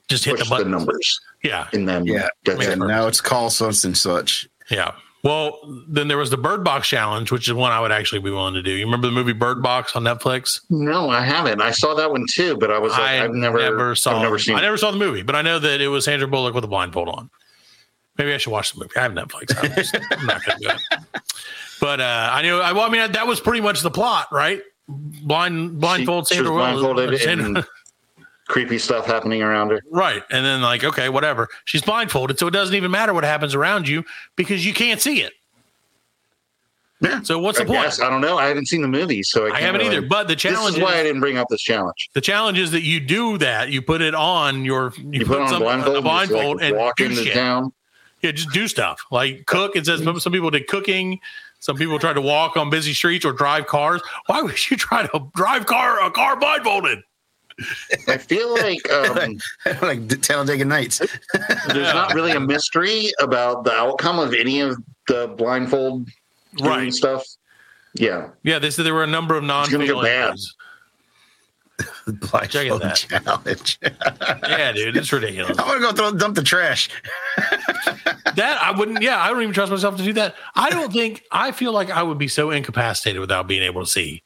Speaker 2: just hit
Speaker 7: push
Speaker 2: the
Speaker 7: the,
Speaker 2: button.
Speaker 7: numbers
Speaker 2: yeah,
Speaker 7: and then
Speaker 6: Yeah.
Speaker 7: that's
Speaker 2: Yeah.
Speaker 7: it.
Speaker 6: and now it's called such and such. *laughs*
Speaker 2: yeah. Well, then there was the Bird Box challenge, which is one I would actually be willing to do. You remember the movie Bird Box on Netflix?
Speaker 7: No, I haven't. I saw that one too, but I was like, I have never,
Speaker 2: saw.
Speaker 7: I've never seen.
Speaker 2: I
Speaker 7: it.
Speaker 2: never saw the movie, but I know that it was Sandra Bullock with a blindfold on. Maybe I should watch the movie. I have Netflix. I'm,
Speaker 7: *laughs*
Speaker 2: just, I'm not going to do it. But uh, I knew. I, well, I mean, that was pretty much the plot, right? Blind blindfold
Speaker 7: She- she was
Speaker 2: Sandra Bullock- *laughs*
Speaker 7: blindfolded
Speaker 2: Sandra-
Speaker 7: and creepy stuff happening around her.
Speaker 2: Right. And then like, okay, whatever. She's blindfolded, so it doesn't even matter what happens around you because you can't see it.
Speaker 6: Yeah.
Speaker 2: So what's
Speaker 7: I
Speaker 2: the point?
Speaker 7: guess I don't know. I haven't seen the movie, so I,
Speaker 2: I
Speaker 7: can't
Speaker 2: haven't
Speaker 7: really-
Speaker 2: either. But the
Speaker 7: This
Speaker 2: challenge
Speaker 7: is
Speaker 2: is,
Speaker 7: why I didn't bring up this challenge.
Speaker 2: the challenge is that you do that. You put it on your you,
Speaker 7: You put on a
Speaker 2: something
Speaker 7: blindfold,
Speaker 2: a blindfold
Speaker 7: and, just, like,
Speaker 2: and
Speaker 7: walk
Speaker 2: do
Speaker 7: into
Speaker 2: shit.
Speaker 7: town.
Speaker 2: Yeah, just do stuff. Like cook. It says some people did cooking. Some people tried to walk on busy streets or drive cars. Why would you try to drive car a car blindfolded?
Speaker 7: I
Speaker 2: *laughs*
Speaker 7: feel like um,
Speaker 6: like the Talladega Nights.
Speaker 7: there's not really a mystery about the outcome of any of the blindfold doing
Speaker 2: Right.
Speaker 7: stuff. Yeah,
Speaker 2: Yeah, they said there were a number of non
Speaker 7: gonna go bad.
Speaker 6: *laughs* The Black
Speaker 2: Check it
Speaker 6: Phone
Speaker 2: out.
Speaker 6: Challenge. *laughs*
Speaker 2: Yeah, dude, it's ridiculous.
Speaker 6: I'm gonna go throw dump the trash.
Speaker 2: That I wouldn't. Yeah, I don't even trust myself to do that. I don't think. I feel like I would be so incapacitated without being able to see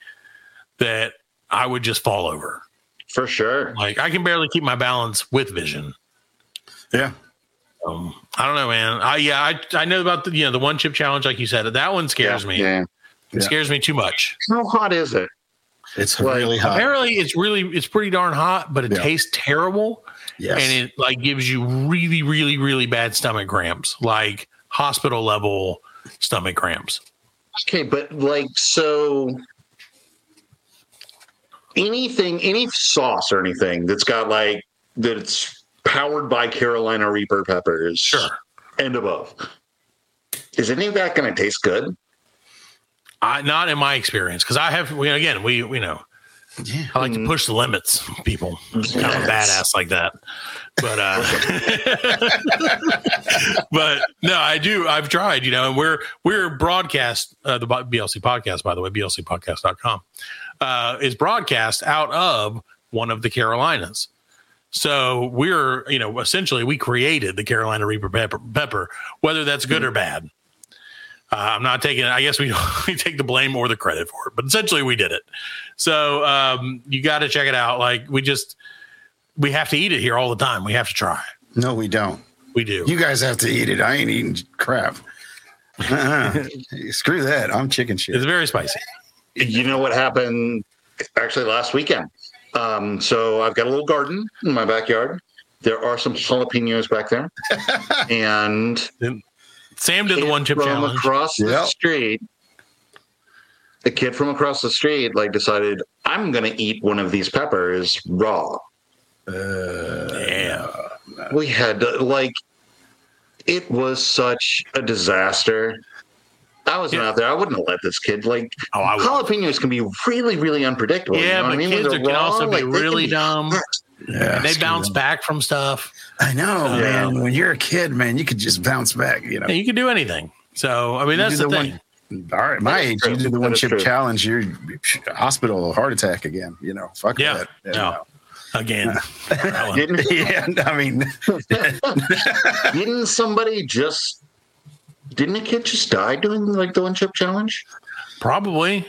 Speaker 2: that I would just fall over.
Speaker 7: for sure.
Speaker 2: Like I can barely keep my balance with vision.
Speaker 6: Yeah.
Speaker 2: Um, I don't know, man. I yeah, I I know about the you know the one chip challenge, like you said. That one scares
Speaker 7: yeah,
Speaker 2: me.
Speaker 7: Yeah.
Speaker 2: It scares me too much.
Speaker 7: How hot is it?
Speaker 6: It's
Speaker 7: Like,
Speaker 6: really hot.
Speaker 2: Apparently, it's really it's pretty darn hot, but it
Speaker 6: Yeah.
Speaker 2: tastes terrible,
Speaker 6: Yes.
Speaker 2: and it like gives you really, really, really bad stomach cramps, like hospital level stomach cramps.
Speaker 7: Okay, but like so anything any sauce or anything that's got like that's powered by Carolina Reaper peppers
Speaker 2: Sure.
Speaker 7: and above. Is any of that gonna taste good?
Speaker 2: I, not in my experience, because I have. We, again, we we know.
Speaker 6: Yeah.
Speaker 2: I
Speaker 7: Hmm.
Speaker 2: like to push the limits, people. I'm kind of a badass like that, but uh, *laughs* but no, I do. I've tried, you know, and we're we're broadcast uh, the bo- BLC podcast, by the way, blcpodcast.com uh, is broadcast out of one of the Carolinas. So we're you know essentially we created the Carolina Reaper pepper, pepper whether that's good or bad. Uh, I'm not taking. I guess we *laughs* don't we take the blame or the credit for it, but essentially we did it. So um, you got to check it out. Like we just we have to eat it here all the time. We have to try.
Speaker 6: no, we don't.
Speaker 2: We do.
Speaker 6: You guys have to eat it. I ain't eating crap. *laughs* Uh-uh. Hey, Screw that. I'm chicken
Speaker 2: it's
Speaker 6: shit.
Speaker 2: very spicy.
Speaker 7: You know what happened actually last weekend? Um, so I've got a little garden in my backyard. There are some jalapenos back there. and
Speaker 2: Sam did the
Speaker 7: kid
Speaker 2: one chip
Speaker 7: from
Speaker 2: challenge.
Speaker 7: across the
Speaker 6: Yep.
Speaker 7: street. The kid from across the street like decided I'm gonna eat one of these peppers raw.
Speaker 2: yeah,
Speaker 7: We had to, like it was such a disaster. I was
Speaker 2: Yeah.
Speaker 7: not out there. I wouldn't have let this kid like
Speaker 2: Oh, I would.
Speaker 7: jalapenos can be really, really unpredictable. you
Speaker 2: yeah,
Speaker 7: know what
Speaker 2: but
Speaker 7: I mean? When
Speaker 2: kids are,
Speaker 7: they're
Speaker 2: can
Speaker 7: raw,
Speaker 2: also
Speaker 7: like,
Speaker 2: be
Speaker 7: they can
Speaker 2: really
Speaker 7: be
Speaker 2: dumb.
Speaker 7: hurt.
Speaker 6: Yeah,
Speaker 2: They
Speaker 6: screw
Speaker 2: bounce
Speaker 6: that.
Speaker 2: back from stuff.
Speaker 6: I know,
Speaker 2: Yeah.
Speaker 6: man. When you're a kid, man, you could just bounce back. You know,
Speaker 2: Yeah, you can do anything. So I mean,
Speaker 6: You
Speaker 2: that's
Speaker 6: do
Speaker 2: the,
Speaker 6: the
Speaker 2: thing.
Speaker 6: one- All right, my
Speaker 7: That is
Speaker 6: age,
Speaker 7: true.
Speaker 6: you did the
Speaker 7: That
Speaker 6: one
Speaker 7: is
Speaker 6: chip
Speaker 7: true.
Speaker 6: challenge, you're hospital heart attack again. You know, fuck
Speaker 2: Yeah.
Speaker 6: that. you
Speaker 2: No.
Speaker 6: know.
Speaker 7: *laughs*
Speaker 2: Again, That one. *laughs*
Speaker 7: *laughs*
Speaker 6: *laughs*
Speaker 7: Didn't
Speaker 6: Yeah, I mean,
Speaker 7: didn't somebody just didn't a kid just die doing like the one chip challenge?
Speaker 2: probably.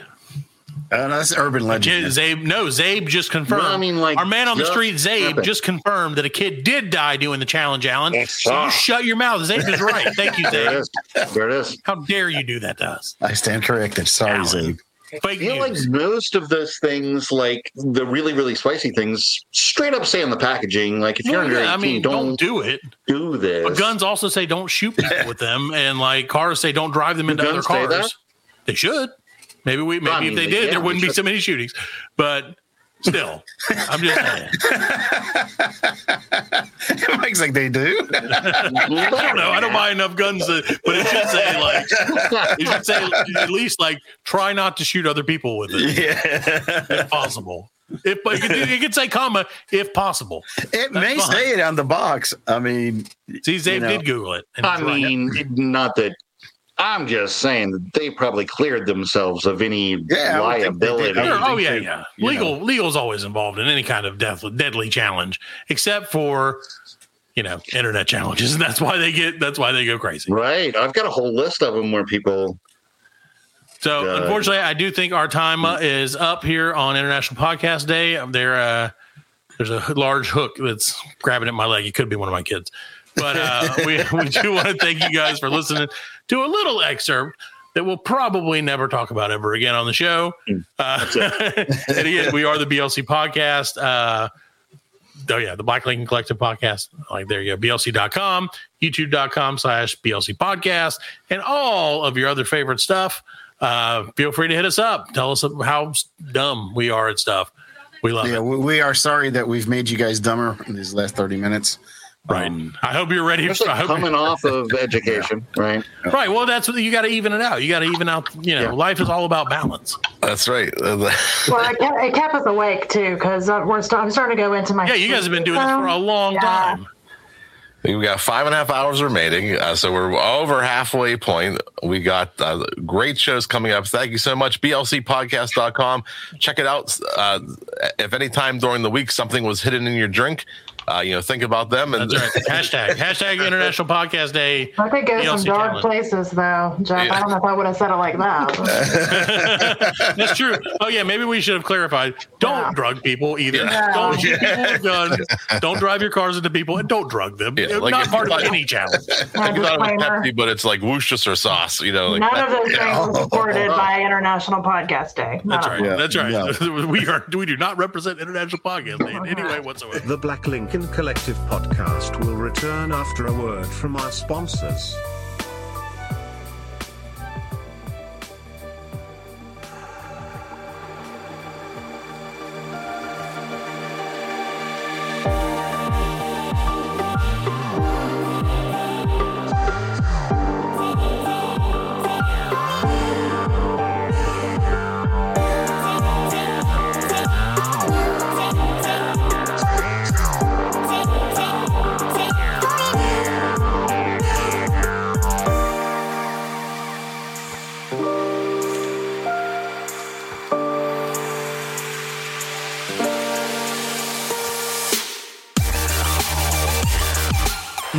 Speaker 6: I don't know, uh, that's urban
Speaker 2: J-
Speaker 6: legend.
Speaker 2: Zabe, no, Zabe just confirmed.
Speaker 7: No, I mean, like,
Speaker 2: our man on the
Speaker 7: just
Speaker 2: street, Zabe,
Speaker 7: happened.
Speaker 2: just confirmed that a kid did die doing the challenge, Alan.
Speaker 7: Yes,
Speaker 2: So
Speaker 7: sir.
Speaker 2: you shut your mouth. Zabe is right. Thank
Speaker 7: *laughs*
Speaker 2: you,
Speaker 7: There it
Speaker 2: Zabe.
Speaker 7: is. There it
Speaker 2: *laughs*
Speaker 7: is.
Speaker 2: How dare you do that to us?
Speaker 6: I stand corrected. Sorry,
Speaker 2: Alan.
Speaker 6: Zabe.
Speaker 2: Fake
Speaker 7: I feel like
Speaker 2: news.
Speaker 7: most of those things, like the really, really spicy things, straight up say on the packaging, like if you're
Speaker 2: Well,
Speaker 7: under
Speaker 2: yeah,
Speaker 7: 18,
Speaker 2: I mean,
Speaker 7: don't,
Speaker 2: don't, do it.
Speaker 7: do this.
Speaker 2: But
Speaker 7: *laughs*
Speaker 2: guns also say don't shoot people with them, and like cars say don't drive them into other
Speaker 7: guns say
Speaker 2: cars.
Speaker 7: that?
Speaker 2: They should. Maybe we. Maybe
Speaker 7: I
Speaker 2: if
Speaker 7: mean,
Speaker 2: they
Speaker 7: they-
Speaker 2: did,
Speaker 7: yeah,
Speaker 2: there
Speaker 7: they
Speaker 2: wouldn't be
Speaker 7: should.
Speaker 2: so many shootings. But still, I'm just saying.
Speaker 6: *laughs* Mike's like, they do.
Speaker 2: I don't know. I don't buy enough guns, to, but it should say like *laughs* it should say at least like try not to shoot other people with it
Speaker 6: yeah.
Speaker 2: if possible. If but it, could- it could say comma if possible.
Speaker 6: It may
Speaker 2: fine.
Speaker 6: say it on the box. I mean,
Speaker 2: See, Zave
Speaker 6: You know.
Speaker 2: did Google it. and
Speaker 7: I
Speaker 2: he's right.
Speaker 7: mean, not that. I'm just saying that they probably cleared themselves of any
Speaker 6: Yeah, I would think they did.
Speaker 7: liability.
Speaker 6: I
Speaker 2: Sure.
Speaker 6: would
Speaker 2: Oh
Speaker 6: think
Speaker 2: yeah,
Speaker 6: that,
Speaker 2: yeah.
Speaker 6: you
Speaker 2: Legal, legal's always involved in any kind of death, deadly challenge, except for you know internet challenges, *laughs* and that's why they get that's why they go crazy.
Speaker 7: Right. I've got a whole list of them where people.
Speaker 2: So
Speaker 7: Yeah.
Speaker 2: unfortunately, I do think our time uh, is up here on International Podcast Day. Um, There, uh, there's a h- large hook that's grabbing at my leg. It could be one of my kids, but uh, we we do want to thank you guys for listening to a little excerpt that we'll probably never talk about ever again on the show. Uh, *laughs* and again, we are the BLC podcast. Uh, oh yeah, the Black Lincoln Collective podcast. Like there you go, blc.com, youtube.com slash blc podcast, and all of your other favorite stuff. Uh, feel free to hit us up. Tell us how dumb we are at stuff. We love
Speaker 6: yeah,
Speaker 2: it.
Speaker 6: we, we are sorry that we've made you guys dumber in these last 30 minutes.
Speaker 2: Right.
Speaker 6: Um,
Speaker 2: I hope you're ready.
Speaker 7: Especially
Speaker 2: I hope-
Speaker 8: *laughs*
Speaker 7: coming off of education, right?
Speaker 2: right. Well, that's what you got to even it out. You got to even out. You know,
Speaker 7: Yeah.
Speaker 2: life is all about balance.
Speaker 9: That's right. Uh,
Speaker 10: Well, it kept, it kept us awake too, because we're st- I'm starting to go into my.
Speaker 2: Yeah, you guys have been doing this for a long
Speaker 10: Um, Yeah.
Speaker 2: time.
Speaker 9: We've got five and a half hours remaining, uh, so we're over halfway point. We got uh, great shows coming up. Thank you so much, blcpodcast.com. Check it out. Uh, if any time during the week something was hidden in your drink, uh, you know, think about them. And
Speaker 11: *laughs*
Speaker 2: That's right. hashtag hashtag International Podcast Day.
Speaker 10: I could go some
Speaker 2: DLC challenge.
Speaker 10: dark places though, Jeff. I don't know if I would have said it like that.
Speaker 2: That's true. Oh yeah, maybe we should have clarified. Don't
Speaker 10: Yeah.
Speaker 2: drug people either.
Speaker 10: Yeah.
Speaker 2: Don't shoot people with guns. Don't drive your cars into people, and don't drug them.
Speaker 9: Yeah, like
Speaker 2: Not
Speaker 9: if
Speaker 2: part
Speaker 9: you
Speaker 2: of
Speaker 9: like-
Speaker 2: any challenge.
Speaker 9: I thought it was
Speaker 10: Disclaimer.
Speaker 9: Pepsi, but it's like Worcestershire sauce. You know, like
Speaker 10: None of those
Speaker 9: Yeah.
Speaker 10: things were supported by International Podcast Day. None
Speaker 2: That's
Speaker 10: of
Speaker 2: right.
Speaker 10: them.
Speaker 6: Yeah.
Speaker 2: That's right. *laughs* we are we do not represent international podcast Day in any way whatsoever.
Speaker 12: The Black Lincoln Collective podcast will return after a word from our sponsors.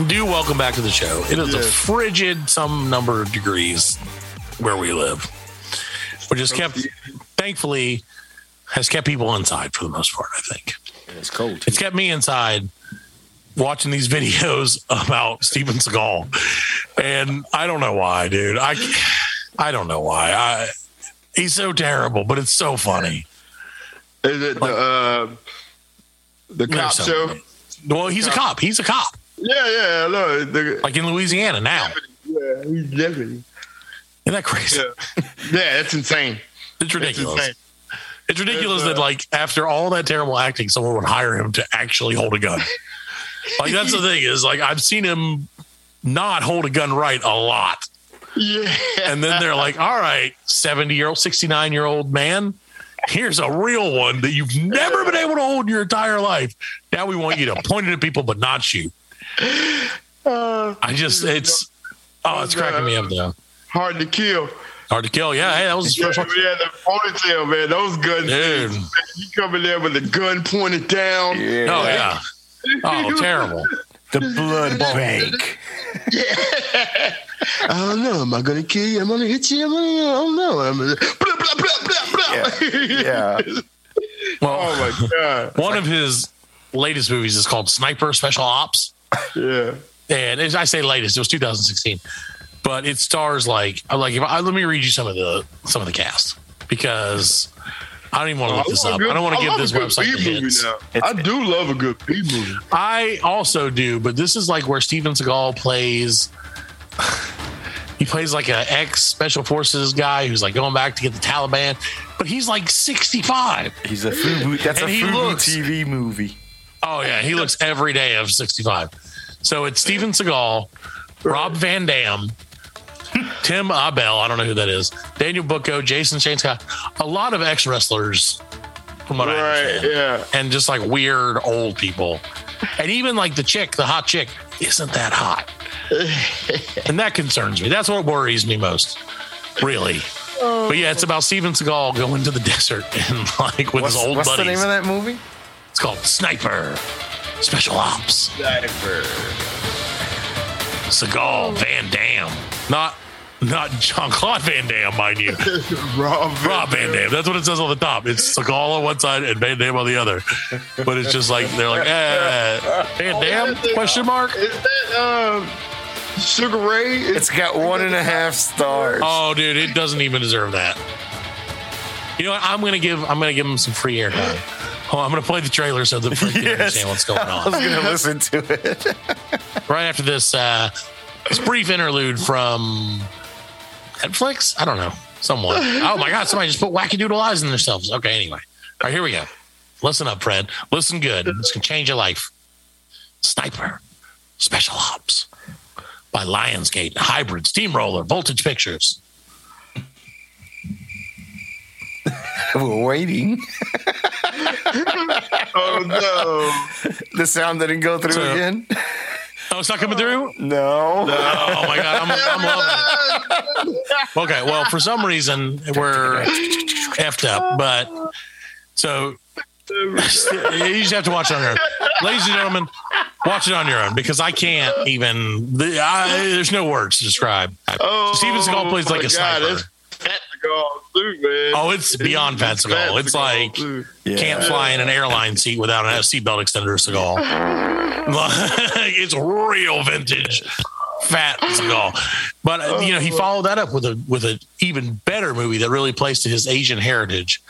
Speaker 2: Do welcome back to the show. It is a frigid some number of degrees where we live, which has kept, thankfully, has kept people inside for the most part. I think
Speaker 6: It's cold.
Speaker 2: it's kept me inside watching these *laughs* videos about Steven Seagal, and I don't know why, dude. I I don't know why. I he's so terrible, but it's so funny.
Speaker 8: Is it the uh, the cop
Speaker 2: There's so
Speaker 8: show?
Speaker 2: many. Well, he's a cop. He's a cop,
Speaker 8: Yeah, yeah, no, the
Speaker 2: like in Louisiana now.
Speaker 8: yeah, he's definitely.
Speaker 2: Isn't that crazy?
Speaker 8: Yeah,
Speaker 2: *laughs*
Speaker 8: yeah, that's insane.
Speaker 2: It's
Speaker 8: That's
Speaker 2: ridiculous.
Speaker 8: insane.
Speaker 2: It's ridiculous
Speaker 8: It's, uh,
Speaker 2: that like after all that terrible acting, someone would hire him to actually hold
Speaker 8: *laughs*
Speaker 2: a gun. like that's the thing is like I've seen him not hold a gun right a lot,
Speaker 8: Yeah,
Speaker 2: and then they're like, "All right, seventy year old, sixty nine year old man, here's a real one that you've never been able to hold in your entire life. Now we want you to point it at people but not shoot." I just it's oh, it's cracking me up though.
Speaker 8: hard to kill.
Speaker 2: Hard to kill. Yeah, hey, that was his
Speaker 8: Yeah,
Speaker 2: first one.
Speaker 8: man, the ponytail, man, those guns.
Speaker 2: Dude.
Speaker 8: You come in there with the gun pointed down. Yeah.
Speaker 2: Oh yeah. Oh, terrible.
Speaker 11: The blood bank.
Speaker 8: I don't know. Am I gonna kill you? Am I gonna hit you? Am I, gonna- I don't know. I'm gonna, blah, blah, blah, blah, blah.
Speaker 2: *laughs*
Speaker 11: Yeah.
Speaker 2: Well,
Speaker 8: oh my god.
Speaker 2: one of his latest movies is called Sniper Special Ops.
Speaker 8: Yeah.
Speaker 2: and as I say latest, it was 2016, but it stars like I like. If I, let me read you some of the some of the cast because I don't even want to look this
Speaker 8: Oh, love
Speaker 2: up.
Speaker 8: a good-
Speaker 2: I don't want to give
Speaker 8: love a
Speaker 2: this
Speaker 8: good
Speaker 2: website the
Speaker 8: B movie
Speaker 2: hits.
Speaker 8: now. I do love a good B
Speaker 11: *laughs*
Speaker 8: movie.
Speaker 2: I also do, but this is like where Steven Seagal plays. He plays like a ex special forces guy who's like going back to get the Taliban, but he's like 65.
Speaker 11: He's a FUBU. That's
Speaker 2: And
Speaker 11: a
Speaker 2: he
Speaker 11: FUBU
Speaker 2: looks-
Speaker 11: TV movie.
Speaker 2: Oh yeah, he looks every day of 65. So it's Steven Seagal, Rob Van Dam, Tim Abel, I don't know who that is, Daniel Bucco, Jason Shane Scott, a lot of ex wrestlers from what I
Speaker 8: Right.
Speaker 2: understand,
Speaker 8: Yeah.
Speaker 2: and just like weird old people, and even like the chick, the hot chick, isn't that hot, and that concerns me. That's what worries me most, really. But yeah, it's about Steven Seagal going to the *laughs* desert and like with
Speaker 11: What's,
Speaker 2: his old
Speaker 11: what's the
Speaker 2: buddies.
Speaker 11: name of that movie?
Speaker 2: It's called Sniper Special Ops.
Speaker 8: Sniper.
Speaker 2: Seagal Van Dam. Not not Jean Claude Van Damme, mind you.
Speaker 8: Rob.
Speaker 2: Rob Van Dam. That's what it says on the top. It's Seagal on one side and Van Dam on the other. But it's just like they're like, eh, Van Dam? Question mark?
Speaker 8: Is that um, Sugar Ray?
Speaker 11: It's got one and a half stars.
Speaker 2: Oh, dude, it doesn't even deserve that. You know what? I'm gonna give I'm gonna give him some free air time. Oh, I'm gonna play the trailer so that Frank can understand what's going
Speaker 11: I was
Speaker 2: on.
Speaker 11: gonna listen to it.
Speaker 2: Right after this, uh, this brief interlude from Netflix? I don't know. Someone. Oh my God, somebody just put wacky doodle eyes in themselves. Okay, anyway. All right, here we go. Listen up, Fred. Listen good. This can change your life. Sniper, Special Ops by Lionsgate, Hybrid, Steamroller, Voltage Pictures.
Speaker 11: We're waiting.
Speaker 8: Oh
Speaker 11: The sound didn't go through
Speaker 2: So-
Speaker 11: again.
Speaker 2: Oh, it's not coming through?
Speaker 11: No.
Speaker 2: Oh my God, I'm, I'm loving it. Okay, well, for some reason, we're effed up, but so
Speaker 8: no.
Speaker 2: you just have to watch it on your own. Ladies and gentlemen, watch it on your own because I can't even. The, I, there's no words to describe.
Speaker 8: Oh,
Speaker 2: Steven Seagal plays like
Speaker 8: my
Speaker 2: a
Speaker 8: God,
Speaker 2: sniper.
Speaker 8: that's Pat Seagal too, man.
Speaker 2: Oh, it's beyond Pat Seagal. It's like-
Speaker 8: too.
Speaker 11: Yeah.
Speaker 2: Can't fly in an airline seat without a seatbelt extender, Seagal. *laughs* Like, it's real vintage, fat Seagal. But uh, you know, he followed that up with a with an even better movie that really plays to his Asian heritage,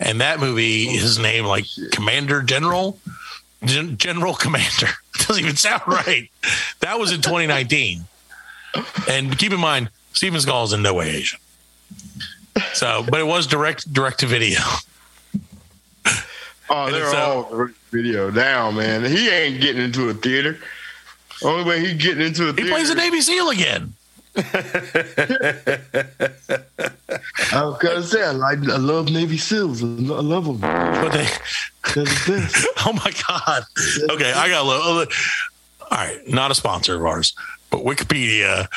Speaker 2: and that movie, his name like Commander General, Gen- General Commander *laughs* doesn't even sound right. That was in 2019, and keep in mind, Steven Seagal is in no way Asian. So, but it was direct direct to video.
Speaker 8: oh,
Speaker 2: and
Speaker 8: they're
Speaker 2: it's, uh,
Speaker 8: all video now, man. He ain't getting into a theater. Only way he getting into a
Speaker 2: He
Speaker 8: theater.
Speaker 2: plays a Navy SEAL again.
Speaker 8: I was gonna say, I, like, I love Navy SEALs. I lo- I love them. They're
Speaker 2: But they,
Speaker 8: the best.
Speaker 2: *laughs* oh my god. Okay, I got a little. All right, not a sponsor of ours, but Wikipedia.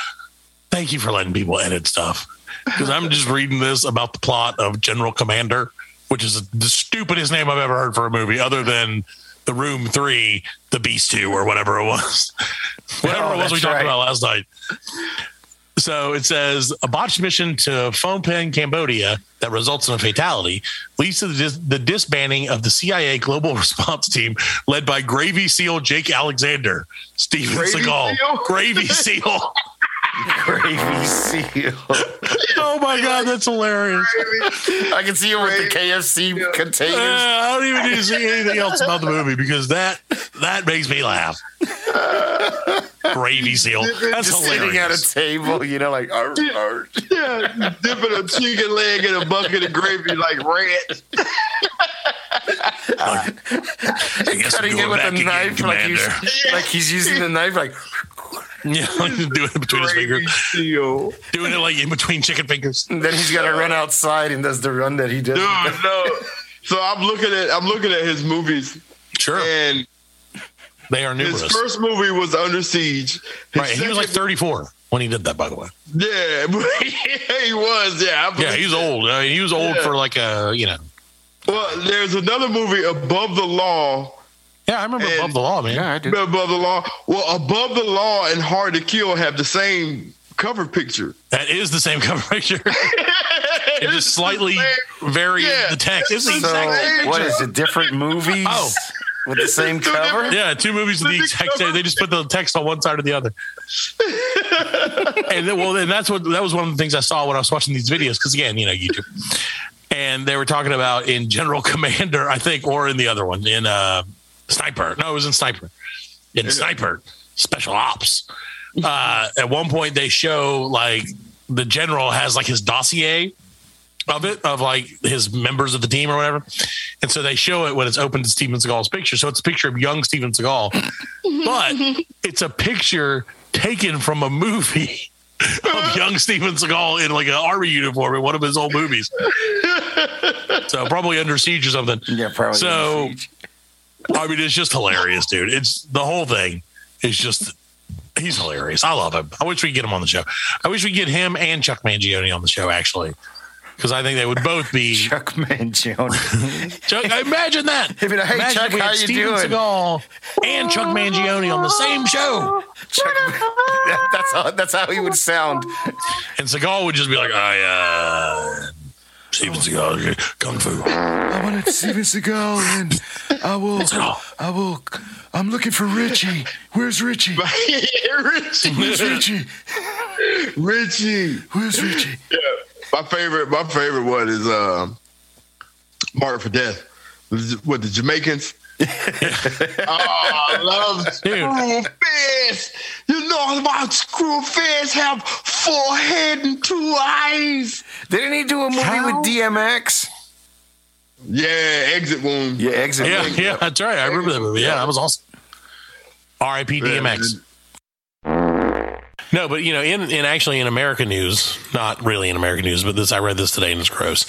Speaker 2: Thank you for letting people edit stuff because I'm just reading this about the plot of General Commander, which is the stupidest name I've ever heard for a movie, other than The Room Three, The Beast Two, or whatever it was, *laughs* whatever it was we
Speaker 11: that's
Speaker 2: talked
Speaker 11: right.
Speaker 2: about last night. So it says a botched mission to Phnom Penh, Cambodia, that results in a fatality leads to the, dis- the disbanding of the CIA Global *laughs* Response Team, led by Gravy SEAL Jake Alexander, Steven
Speaker 8: Gravy
Speaker 2: Seagal,
Speaker 8: Seal?
Speaker 2: Gravy SEAL.
Speaker 11: Gravy seal.
Speaker 2: oh my God, that's hilarious!
Speaker 11: I can see him with the KFC
Speaker 2: Uh,
Speaker 11: containers.
Speaker 2: I don't even need to see anything else about the movie because that that makes me laugh. Gravy SEAL. That's
Speaker 11: Just sitting at a
Speaker 2: hilarious.
Speaker 11: table, you know, like arr, arr.
Speaker 8: yeah, dipping a chicken leg in a bucket of gravy like rats.
Speaker 2: I guess I'm
Speaker 11: cutting
Speaker 2: going
Speaker 11: it with
Speaker 2: back
Speaker 11: a
Speaker 2: again,
Speaker 11: knife, like he's, *laughs*
Speaker 2: Commander.
Speaker 11: like he's using the knife, like
Speaker 2: *laughs* Yeah, doing it between his
Speaker 8: Gravy
Speaker 2: fingers,
Speaker 8: seal.
Speaker 2: doing it like in between chicken fingers.
Speaker 11: and then he's got to run outside and does the run that he does.
Speaker 8: dude. No. So I'm looking at I'm looking at his movies,
Speaker 2: Sure,
Speaker 8: and
Speaker 2: they are
Speaker 8: his
Speaker 2: numerous.
Speaker 8: first movie was Under Siege. His
Speaker 2: Right, he was like
Speaker 8: second-
Speaker 2: 34 when when he did that, by the way.
Speaker 8: *laughs*
Speaker 13: Yeah, he was. Yeah, I-
Speaker 2: Yeah, he's old. I mean, he was old
Speaker 13: Yeah.
Speaker 2: for like a you know.
Speaker 13: Well, there's another movie, Above the Law.
Speaker 2: Yeah, I remember Above the Law, man. Yeah, I do.
Speaker 13: Above the Law. Well, Above the Law and Hard to Kill have the same cover picture.
Speaker 2: That is the same cover *laughs* picture. it just slightly varies the text. It's the
Speaker 6: So,
Speaker 2: exact same picture.
Speaker 6: what is it? Different movies?
Speaker 2: Oh.
Speaker 6: With the same cover?
Speaker 2: Yeah, two movies with the exact same. They just put the text on one side or the other. and then, well, then that's what that was one of the things I saw when I was watching these videos. Because again, you know, YouTube, and they were talking about in General *laughs* Commander, I think, or in the other one in uh, Sniper. No, it was in Sniper. In Sniper Special Ops. Uh, at one point, they show like the general has like his dossier of it of like his members of the team or whatever. And so they show it when it's open to Steven Seagal's picture. So it's a picture of young Steven Seagal, but it's a picture taken from a movie *laughs* of young Steven Seagal in like an army uniform in one of his old movies. so probably under siege or something. Yeah,
Speaker 6: probably
Speaker 2: So I mean, it's just hilarious, dude. It's the whole thing is just. He's hilarious. I love him. I wish we could get him on the show. I wish we could get him and Chuck Mangione on the show, actually, because I think they would both
Speaker 6: *laughs*
Speaker 2: be Chuck Mangione. Chuck, imagine that.
Speaker 6: If it- *laughs* hey,
Speaker 2: Imagine
Speaker 6: Chuck,
Speaker 2: if we
Speaker 6: how
Speaker 2: had
Speaker 6: you
Speaker 2: Steven
Speaker 6: doing?
Speaker 2: Seagal and Chuck Mangione on the same show.
Speaker 6: That- *laughs* that's how, that's how he would sound.
Speaker 2: And Seagal would just be like, I, uh, Steven Seagal, Kung Fu.
Speaker 14: I wanted Steven Seagal, and I will. I will. I'm looking for Richie. Where's Richie?
Speaker 13: Richie.
Speaker 14: Where's Richie?
Speaker 13: Richie.
Speaker 14: Where's Richie?
Speaker 13: Yeah. My favorite my favorite one is uh, Martyr for Death. With the
Speaker 2: *laughs*
Speaker 13: Jamaicans. oh, I love Screw Fist. You know about Screw Fist have four head and two eyes.
Speaker 6: Didn't he do a movie with DMX?
Speaker 13: Yeah, Exit Wound.
Speaker 6: Yeah, Exit
Speaker 2: Yeah,
Speaker 6: Wound.
Speaker 2: yeah, that's right. I remember that movie. Yeah, that was awesome. R.I.P. DMX. No, but you know, in, in actually in American news, not really in American news, but this I read this today and it's gross.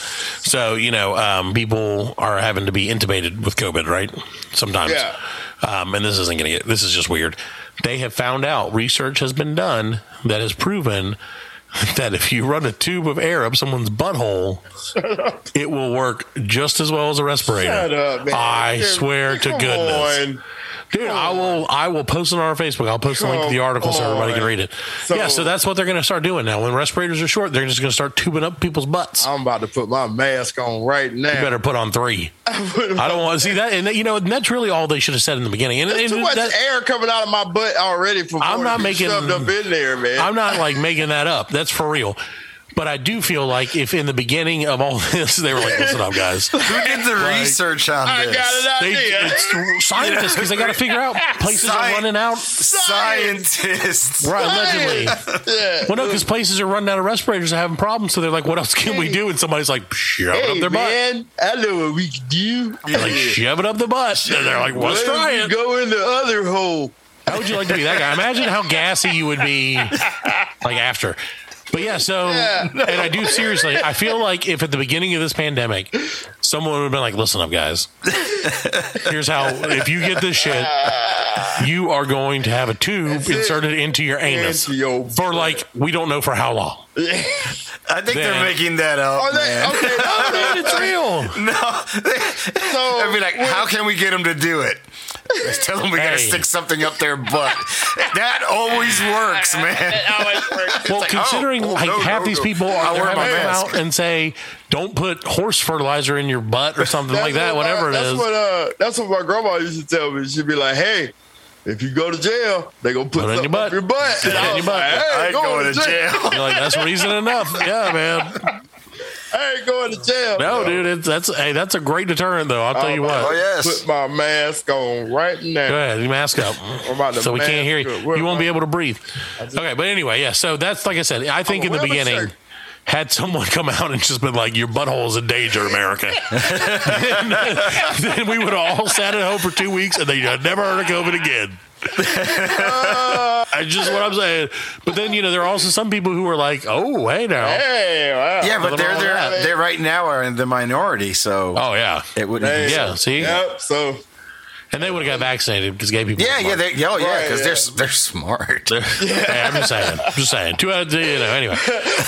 Speaker 2: So you know, um, people are having to be intubated with COVID, right? Sometimes,
Speaker 13: Yeah.
Speaker 2: Um, and this isn't going to get. This is just weird. They have found out research has been done that has proven that if you run a tube of air up someone's butthole, it will work just as well as a respirator.
Speaker 13: Shut up, man.
Speaker 2: I
Speaker 13: You're-
Speaker 2: swear to
Speaker 13: come
Speaker 2: goodness.
Speaker 13: on.
Speaker 2: Dude, I will I will post it on our Facebook. I'll post a link to the
Speaker 13: Come
Speaker 2: article so everybody can
Speaker 13: on.
Speaker 2: read it.
Speaker 13: So-
Speaker 2: yeah, so that's what they're going to start doing now. When respirators are short, they're just going to start tubing up people's butts.
Speaker 13: I'm about to put my mask on right now.
Speaker 2: You better put on
Speaker 13: *laughs*
Speaker 2: three. I don't want to see that. And that, you know, and that's really all they should have said in the beginning. And, and
Speaker 13: Too much
Speaker 2: that-
Speaker 13: air coming out of my butt already from
Speaker 2: I'm not making
Speaker 13: shoved up in there, man.
Speaker 2: I'm not like making that up. That's for real. But I do feel like if in the beginning of all *laughs* this they were like, "Listen up, guys."
Speaker 6: Who did the research on
Speaker 13: I
Speaker 6: this?
Speaker 13: got an
Speaker 2: They-
Speaker 13: idea. *laughs*
Speaker 2: it's scientists because they got to figure out places are running out.
Speaker 6: Scientists.
Speaker 2: Right, allegedly.
Speaker 13: yeah.
Speaker 2: Well, no, because places are running out of respirators and having problems, so they're like, "What else can we do?" And somebody's like, "Shove it up
Speaker 13: Hey,
Speaker 2: their butt."
Speaker 13: man, I know what we can do.
Speaker 2: They're like, "Shove it up the butt." And they're like, "Let's
Speaker 13: What if
Speaker 2: try
Speaker 13: we
Speaker 2: it."
Speaker 13: Go in the other hole.
Speaker 2: How would you like to be that guy? Imagine how gassy you would be, like after. But yeah, so and I do seriously. I feel like if at the beginning of this pandemic, someone would have been like, "Listen up, guys. Here's how. If you get this shit, you are going to have a tube inserted into your anus
Speaker 13: *laughs*
Speaker 2: for like we don't know for how long."
Speaker 6: I think
Speaker 2: Then-
Speaker 6: they're making that up.
Speaker 13: Are they-
Speaker 6: man.
Speaker 13: okay, no,
Speaker 6: *laughs*
Speaker 13: no,
Speaker 2: Dude, it's
Speaker 6: No,
Speaker 2: real.
Speaker 6: *laughs* I'd be like, how can we get them to do
Speaker 2: *laughs*
Speaker 6: it? Let's tell them we gotta
Speaker 2: Hey.
Speaker 6: stick something up their butt. that always works, man.
Speaker 2: Well,
Speaker 6: It's like,
Speaker 2: considering
Speaker 6: oh,
Speaker 2: like
Speaker 6: no,
Speaker 2: half
Speaker 6: no,
Speaker 2: these
Speaker 6: no.
Speaker 2: people
Speaker 6: I
Speaker 2: are
Speaker 6: wear
Speaker 2: they're
Speaker 6: my
Speaker 2: having to come
Speaker 6: mask.
Speaker 2: out and say, "Don't put horse fertilizer in your butt" or something like that,
Speaker 13: what
Speaker 2: whatever
Speaker 13: my,
Speaker 2: it
Speaker 13: that's
Speaker 2: is.
Speaker 13: What, uh, that's what my grandma used to tell me. She'd be like, hey, if you go to jail, they gonna put, something up your butt.
Speaker 2: Put it in
Speaker 13: I
Speaker 2: your
Speaker 13: was
Speaker 2: butt.
Speaker 13: like, hey,
Speaker 2: I ain't
Speaker 13: going, to jail. *laughs*
Speaker 2: You're like, that's
Speaker 6: *laughs*
Speaker 2: reason enough. Yeah, man.
Speaker 13: I ain't going to jail.
Speaker 2: No, dude, it's, that's hey, that's a great deterrent, though. I'll
Speaker 6: Oh,
Speaker 2: tell you what.
Speaker 13: I'm about to Put my mask on right now.
Speaker 2: Go ahead, you mask up,
Speaker 13: I'm about to
Speaker 2: so we can't
Speaker 13: mask
Speaker 2: hear
Speaker 13: up.
Speaker 2: you.
Speaker 13: Where
Speaker 2: You won't
Speaker 13: am
Speaker 2: be able to breathe. Okay, but anyway, yeah. So that's like I said. I think
Speaker 6: Oh,
Speaker 2: in the
Speaker 13: wearing a
Speaker 2: beginning,
Speaker 13: shirt.
Speaker 2: had someone come out and just been like, "Your butthole is in
Speaker 6: *laughs*
Speaker 2: danger, America," then, then we would have all sat at home for two weeks and they would never heard of COVID
Speaker 6: *laughs*
Speaker 2: again. That's just what I'm saying. But then you know there are also some people who are like, "Oh, hey now,
Speaker 13: Hey, wow.
Speaker 6: Yeah, but they're
Speaker 2: Nothing wrong with
Speaker 6: they're
Speaker 2: that.
Speaker 6: they right now are in the minority, so
Speaker 2: oh yeah,
Speaker 6: it wouldn't.
Speaker 13: Hey.
Speaker 2: yeah." See,
Speaker 13: Yep. So *laughs*
Speaker 2: And they would have got vaccinated because gay people.
Speaker 6: Yeah,
Speaker 2: are
Speaker 6: yeah,
Speaker 2: smart.
Speaker 6: they, oh yeah, because they're s- they're smart.
Speaker 2: Hey, I'm just saying. I'm just saying. Two out of you know. Anyway,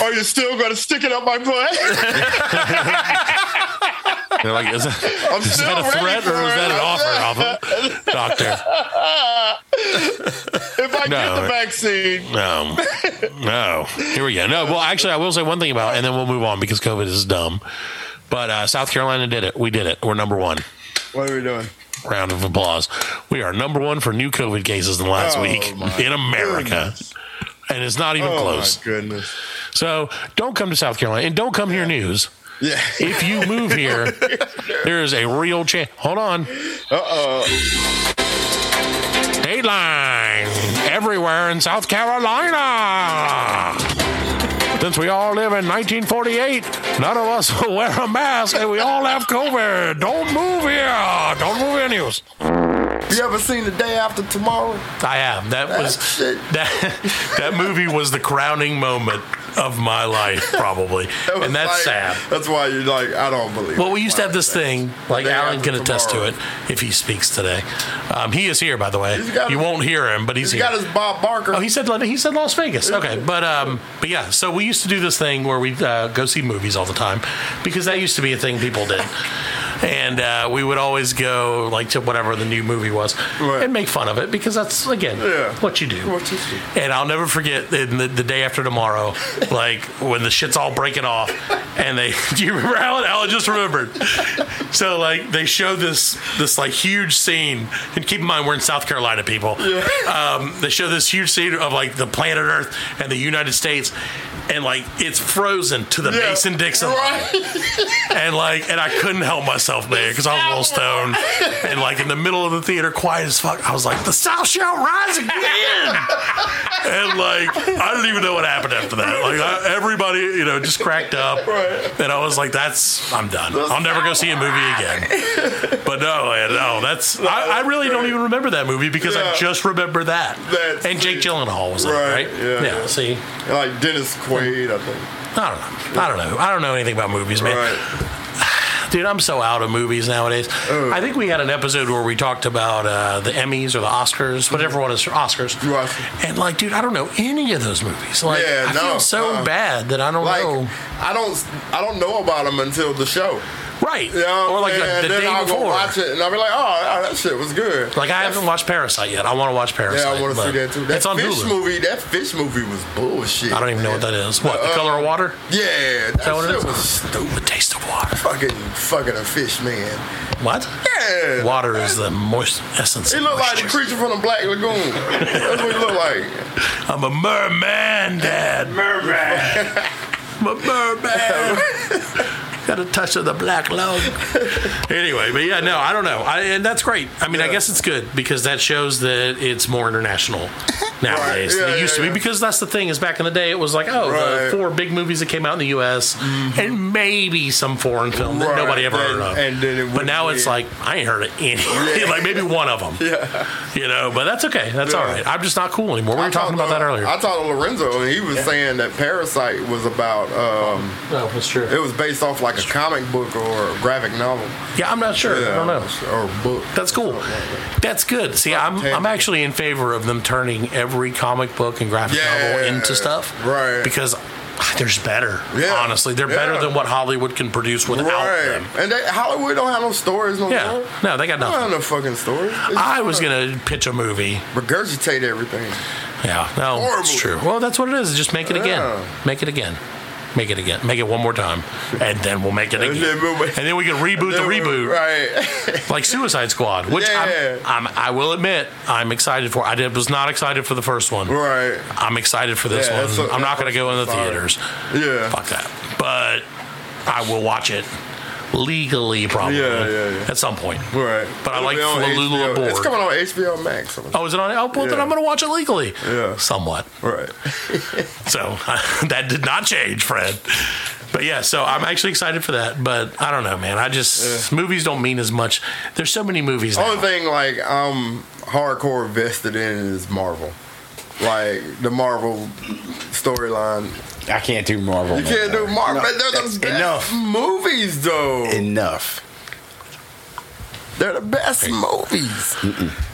Speaker 13: Are you still going to stick it up my butt? *laughs*
Speaker 2: they're like, is that, is that
Speaker 13: still
Speaker 2: a
Speaker 13: ready
Speaker 2: threat or
Speaker 13: for
Speaker 2: is that an
Speaker 13: it.
Speaker 2: offer, Alpha? Doctor?
Speaker 13: if I get
Speaker 2: No.
Speaker 13: the vaccine,
Speaker 2: No, no. Here we go. No. Well, actually, I will say one thing about, and then we'll move on because COVID is dumb. But uh, South Carolina did it. We did it. We're number one.
Speaker 13: what are we doing?
Speaker 2: Round of applause. We are number one for new COVID cases in the last
Speaker 13: Oh,
Speaker 2: week
Speaker 13: my
Speaker 2: in America, and it's not even
Speaker 13: oh
Speaker 2: close.
Speaker 13: my goodness!
Speaker 2: So don't come to South Carolina and don't come here news.
Speaker 13: Yeah.
Speaker 2: If you move here, there is a real chance. Hold on.
Speaker 13: Uh oh.
Speaker 2: Dateline everywhere in South Carolina. Since we all live in 1948, none of us *laughs* will wear a mask and we all have COVID. Don't move here. Don't move here news.
Speaker 15: You ever seen the day after tomorrow?
Speaker 2: I am. That was that. That movie was the crowning moment of my life, probably,
Speaker 13: That was
Speaker 2: and that's
Speaker 13: like-
Speaker 2: sad.
Speaker 13: That's why you're like, I don't believe.
Speaker 2: Well,
Speaker 13: it.
Speaker 2: we used to have this thing, like Alan can attest to it if he speaks today. Um, he is here, by the way.
Speaker 13: got-
Speaker 2: You won't hear him, but he's,
Speaker 13: He's
Speaker 2: here.
Speaker 13: got his Bob Barker.
Speaker 2: Oh, he said he said Las Vegas. Okay, but um, but yeah. So we used to do this thing where we uh, go see movies all the time because that used to be a thing people did, and uh, we would always go like to whatever the new movie was and make fun of it because that's again what you do.
Speaker 13: What you do.
Speaker 2: And I'll never forget in the, the day after tomorrow, *laughs* like when the shit's all breaking off, and they *laughs* do you remember Alan? Alan just remembered. So like they show this this like huge scene, and keep in mind we're in South Carolina, people. Um, they show this huge scene of like the planet Earth and the United States, and like it's frozen to the
Speaker 13: Yeah.
Speaker 2: Mason Dixon and like, and I couldn't help myself, man, because I was a little stoned. And like in the middle of the theater, quiet as fuck, I was like, "The South shall rise again." and like, I didn't even know what happened after that. Like, I, everybody, you know, just cracked up, and I was like, "That's, I'm done. I'll never go see a movie again." But no, man, no, that's. I, I really don't even remember that movie because I
Speaker 13: Yeah.
Speaker 2: just remember that.
Speaker 13: That's-
Speaker 2: and Jake Gyllenhaal was in it, right?
Speaker 13: Yeah.
Speaker 2: yeah. See,
Speaker 13: Like Dennis Quaid, I think.
Speaker 2: I don't know. I don't know. I don't know anything about movies, man. Dude, I'm so out of movies nowadays. I think we had an episode where we talked about uh, the Emmys or the Oscars, whatever one is Oscars. And like, dude, I don't know any of those movies. Like,
Speaker 13: yeah,
Speaker 2: I
Speaker 13: no.
Speaker 2: feel so
Speaker 13: uh-uh.
Speaker 2: bad that I don't
Speaker 13: like,
Speaker 2: know.
Speaker 13: I don't. I don't know about them until the show.
Speaker 2: Right.
Speaker 13: You know,
Speaker 2: Or like uh,
Speaker 13: and
Speaker 2: the- the
Speaker 13: then
Speaker 2: day
Speaker 13: I'll Go
Speaker 2: before.
Speaker 13: watch it, and I'll be like, oh, oh, that shit was good.
Speaker 2: Like, I haven't watched Parasite yet. I want to watch Parasite.
Speaker 13: yeah, I want to see
Speaker 2: but
Speaker 13: that too. That
Speaker 2: it's on
Speaker 13: fish
Speaker 2: Hulu.
Speaker 13: movie. That fish movie was bullshit.
Speaker 2: I don't even know what that is. What? the
Speaker 13: Uh,
Speaker 2: Color of Water?
Speaker 13: Yeah, that,
Speaker 2: that what it
Speaker 13: shit
Speaker 2: is?
Speaker 13: was stupid.
Speaker 2: The taste of water.
Speaker 13: Fucking, fucking a fish man.
Speaker 2: What?
Speaker 13: Yeah.
Speaker 2: Water is the moist essence.
Speaker 13: He
Speaker 2: of
Speaker 13: looked like the
Speaker 2: moisture.
Speaker 13: creature from the Black Lagoon. *laughs* That's what he looked like.
Speaker 2: I'm a merman, Dad. Merman. I'm a merman. Got a touch of the black lung. anyway, but yeah, no, I don't know. I, and that's great. I mean, I guess it's good because that shows that it's more international nowadays than
Speaker 13: Yeah,
Speaker 2: it used
Speaker 13: yeah,
Speaker 2: to
Speaker 13: yeah.
Speaker 2: be. Because that's the thing is back in the day, it was like, oh,
Speaker 13: Right. Mm-hmm.
Speaker 2: the four big movies that came out in the U.S. and maybe some foreign film that
Speaker 13: Right,
Speaker 2: nobody ever
Speaker 13: then-
Speaker 2: heard of.
Speaker 13: and then it
Speaker 2: but
Speaker 13: wouldn't
Speaker 2: now it's
Speaker 13: be-
Speaker 2: like I ain't heard of any. *laughs* like maybe one of them.
Speaker 13: Yeah.
Speaker 2: You know, but that's okay. That's
Speaker 13: Yeah.
Speaker 2: all right. I'm just not cool anymore. We were talking about that earlier.
Speaker 13: I talked to Lorenzo, and he was saying that Parasite was about. Um,
Speaker 2: no, that's true.
Speaker 13: It was based off like a comic book or a graphic novel.
Speaker 2: Yeah, I'm not sure. I don't know.
Speaker 13: Or book.
Speaker 2: That's cool. That's good. See, I'm I'm actually in favor of them turning every comic book and graphic novel
Speaker 13: Yeah,
Speaker 2: into stuff.
Speaker 13: right.
Speaker 2: Because there's better.
Speaker 13: Yeah,
Speaker 2: Honestly, they're better
Speaker 13: yeah.
Speaker 2: than what Hollywood can produce without
Speaker 13: Right.
Speaker 2: them.
Speaker 13: And they, Hollywood don't have no stories no
Speaker 2: Yeah.
Speaker 13: more.
Speaker 2: No, they got
Speaker 13: They don't have
Speaker 2: nothing.
Speaker 13: no fucking stories.
Speaker 2: I was gonna pitch a movie.
Speaker 13: Regurgitate everything.
Speaker 2: Yeah. No,
Speaker 13: Horrible.
Speaker 2: it's true. Well, that's what it is. Just make it
Speaker 13: Yeah.
Speaker 2: again. Make it again. Make it again. Make it one more time, and then we'll make it again. and then we can reboot the reboot.
Speaker 13: Right. *laughs*
Speaker 2: like Suicide Squad, which
Speaker 13: Yeah.
Speaker 2: I'm, I'm, I will admit I'm excited for. I did, was not excited for the first one.
Speaker 13: Right.
Speaker 2: I'm excited for this
Speaker 13: Yeah,
Speaker 2: one.
Speaker 13: that's what-
Speaker 2: I'm not
Speaker 13: that
Speaker 2: going to go in the
Speaker 13: fire.
Speaker 2: theaters.
Speaker 13: Yeah.
Speaker 2: Fuck that. But I will watch it legally, probably
Speaker 13: Yeah, yeah, yeah.
Speaker 2: at some point.
Speaker 13: Right.
Speaker 2: But I like
Speaker 13: It'll be on
Speaker 2: Flalula
Speaker 13: HBO.
Speaker 2: Board.
Speaker 13: It's coming on HBO Max.
Speaker 2: Oh, is it on? Oh, well, then
Speaker 13: Yeah.
Speaker 2: I'm going to watch it legally.
Speaker 13: Yeah.
Speaker 2: Somewhat.
Speaker 13: Right.
Speaker 2: so *laughs* that did not change, Fred. But yeah, so I'm actually excited for that. But I don't know, man. I just movies don't mean as much. There's so many movies now.
Speaker 13: Only thing like I'm hardcore vested in is Marvel. Like the Marvel storyline.
Speaker 6: I can't do Marvel.
Speaker 13: You
Speaker 6: man.
Speaker 13: can't do
Speaker 6: No,
Speaker 13: Marvel. They're the
Speaker 6: that's
Speaker 13: best movies though.
Speaker 6: Enough.
Speaker 13: They're the best movies.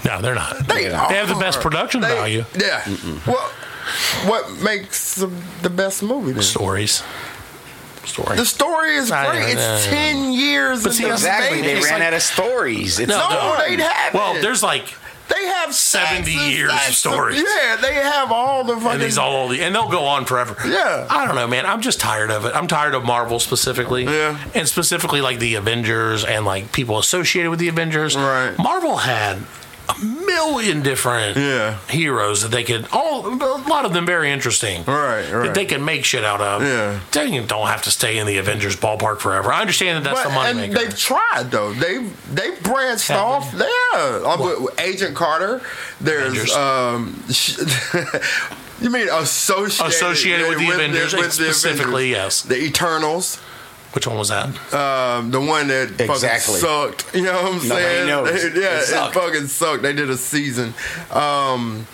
Speaker 2: No, they're not.
Speaker 13: They,
Speaker 2: They have the best
Speaker 13: are.
Speaker 2: production
Speaker 13: They-
Speaker 2: value.
Speaker 13: Yeah. Well, what makes the- the best movie? then?
Speaker 2: Stories. Story.
Speaker 13: The story is
Speaker 2: I
Speaker 13: great.
Speaker 2: don't
Speaker 13: It's
Speaker 2: know.
Speaker 13: ten years.
Speaker 2: But
Speaker 13: in
Speaker 2: see,
Speaker 13: the
Speaker 2: that's the thing.
Speaker 13: making.
Speaker 2: They
Speaker 13: It's
Speaker 2: ran
Speaker 13: like-
Speaker 2: out of
Speaker 6: stories.
Speaker 2: It's
Speaker 13: no,
Speaker 2: done.
Speaker 13: they haven't.
Speaker 2: Well, there's like
Speaker 13: they have
Speaker 2: seventy years of stories.
Speaker 13: Yeah, they have all the fucking.
Speaker 2: And these all the and they'll go on forever.
Speaker 13: Yeah.
Speaker 2: I don't know, man. I'm just tired of it. I'm tired of Marvel specifically. Yeah. And specifically like the Avengers and like people associated with the Avengers. Right. Marvel had a million different yeah. heroes that they could all a lot of them very interesting. Right, That
Speaker 13: right.
Speaker 2: they can make shit out of. Yeah. They don't have to stay in the Avengers ballpark forever. I understand that that's
Speaker 13: But-
Speaker 2: the moneymaker.
Speaker 13: and they've tried though. They they branched off. Yeah, Uh, with- with Agent Carter. There's um. *laughs* sh- you mean associated
Speaker 2: Associated with the Avengers, specifically, yes.
Speaker 13: The Eternals.
Speaker 2: Which one was that?
Speaker 13: Um, the one that
Speaker 6: Exactly.
Speaker 13: fucking sucked. *laughs* You know what I'm
Speaker 6: Nobody
Speaker 13: saying?
Speaker 6: knows. It
Speaker 13: yeah, it,
Speaker 6: sucked.
Speaker 13: fucking sucked. They did a season. Um,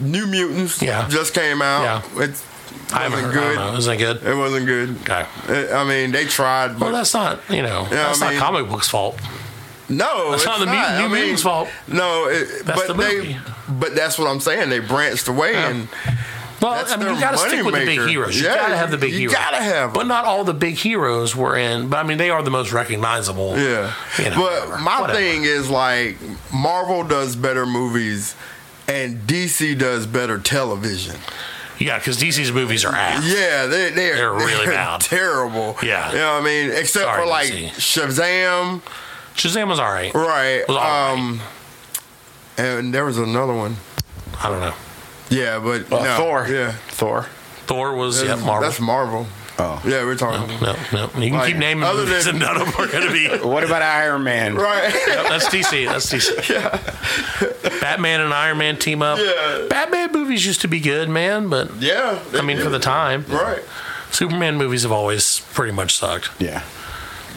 Speaker 13: New Mutants
Speaker 2: Yeah.
Speaker 13: just came out.
Speaker 2: Yeah.
Speaker 13: It's
Speaker 2: I haven't
Speaker 13: wasn't
Speaker 2: heard- I don't
Speaker 13: good.
Speaker 2: know. Isn't it good?
Speaker 13: It wasn't good.
Speaker 2: Okay.
Speaker 13: It- I mean, they tried. But
Speaker 2: Well, that's not you know
Speaker 13: Yeah,
Speaker 2: that's
Speaker 13: I
Speaker 2: not
Speaker 13: mean-
Speaker 2: comic book's fault.
Speaker 13: No,
Speaker 2: That's
Speaker 13: it's
Speaker 2: not the Mut-
Speaker 13: I
Speaker 2: New
Speaker 13: mean,
Speaker 2: Mutants' fault.
Speaker 13: No, it,
Speaker 2: That's
Speaker 13: but
Speaker 2: the
Speaker 13: they,
Speaker 2: movie.
Speaker 13: but that's what I'm saying. They branched away, and
Speaker 2: Well,
Speaker 13: That's
Speaker 2: I mean, you
Speaker 13: their
Speaker 2: gotta stick with the big
Speaker 13: moneymaker.
Speaker 2: heroes. You
Speaker 13: Yeah,
Speaker 2: gotta have the big
Speaker 13: you
Speaker 2: heroes.
Speaker 13: gotta have 'em.
Speaker 2: but not all the big heroes were in. But I mean, they are the most recognizable.
Speaker 13: yeah.
Speaker 2: you know,
Speaker 13: but my
Speaker 2: whatever.
Speaker 13: thing is like Marvel does better movies, and DC does better television.
Speaker 2: yeah, because DC's movies are ass.
Speaker 13: Yeah, they, they're *laughs*
Speaker 2: They're really
Speaker 13: they're
Speaker 2: bad.
Speaker 13: terrible.
Speaker 2: Yeah.
Speaker 13: you know what I mean. Except
Speaker 2: Sorry,
Speaker 13: for like
Speaker 2: DC.
Speaker 13: Shazam,
Speaker 2: Shazam was all right.
Speaker 13: right?
Speaker 2: Was all
Speaker 13: um, and there was another one.
Speaker 2: I don't know.
Speaker 13: Yeah, but
Speaker 6: Well,
Speaker 13: no,
Speaker 6: Thor.
Speaker 13: Yeah,
Speaker 6: Thor.
Speaker 2: Thor Uh, was yeah,
Speaker 13: That's-
Speaker 2: Marvel.
Speaker 13: That's Marvel.
Speaker 6: Oh.
Speaker 13: Yeah, we're talking.
Speaker 2: No, no. You can
Speaker 13: Like,
Speaker 2: keep naming
Speaker 13: other
Speaker 2: movies,
Speaker 13: than-
Speaker 2: and none of them are going to be.
Speaker 6: What about Iron Man?
Speaker 13: *laughs* Right.
Speaker 2: Yep, that's DC. That's
Speaker 13: *laughs*
Speaker 2: DC. Batman and Iron Man team up.
Speaker 13: Yeah.
Speaker 2: Batman movies used to be good, man, but
Speaker 13: Yeah.
Speaker 2: I mean, for the time,
Speaker 13: Right.
Speaker 2: Superman movies have always pretty much sucked.
Speaker 6: Yeah.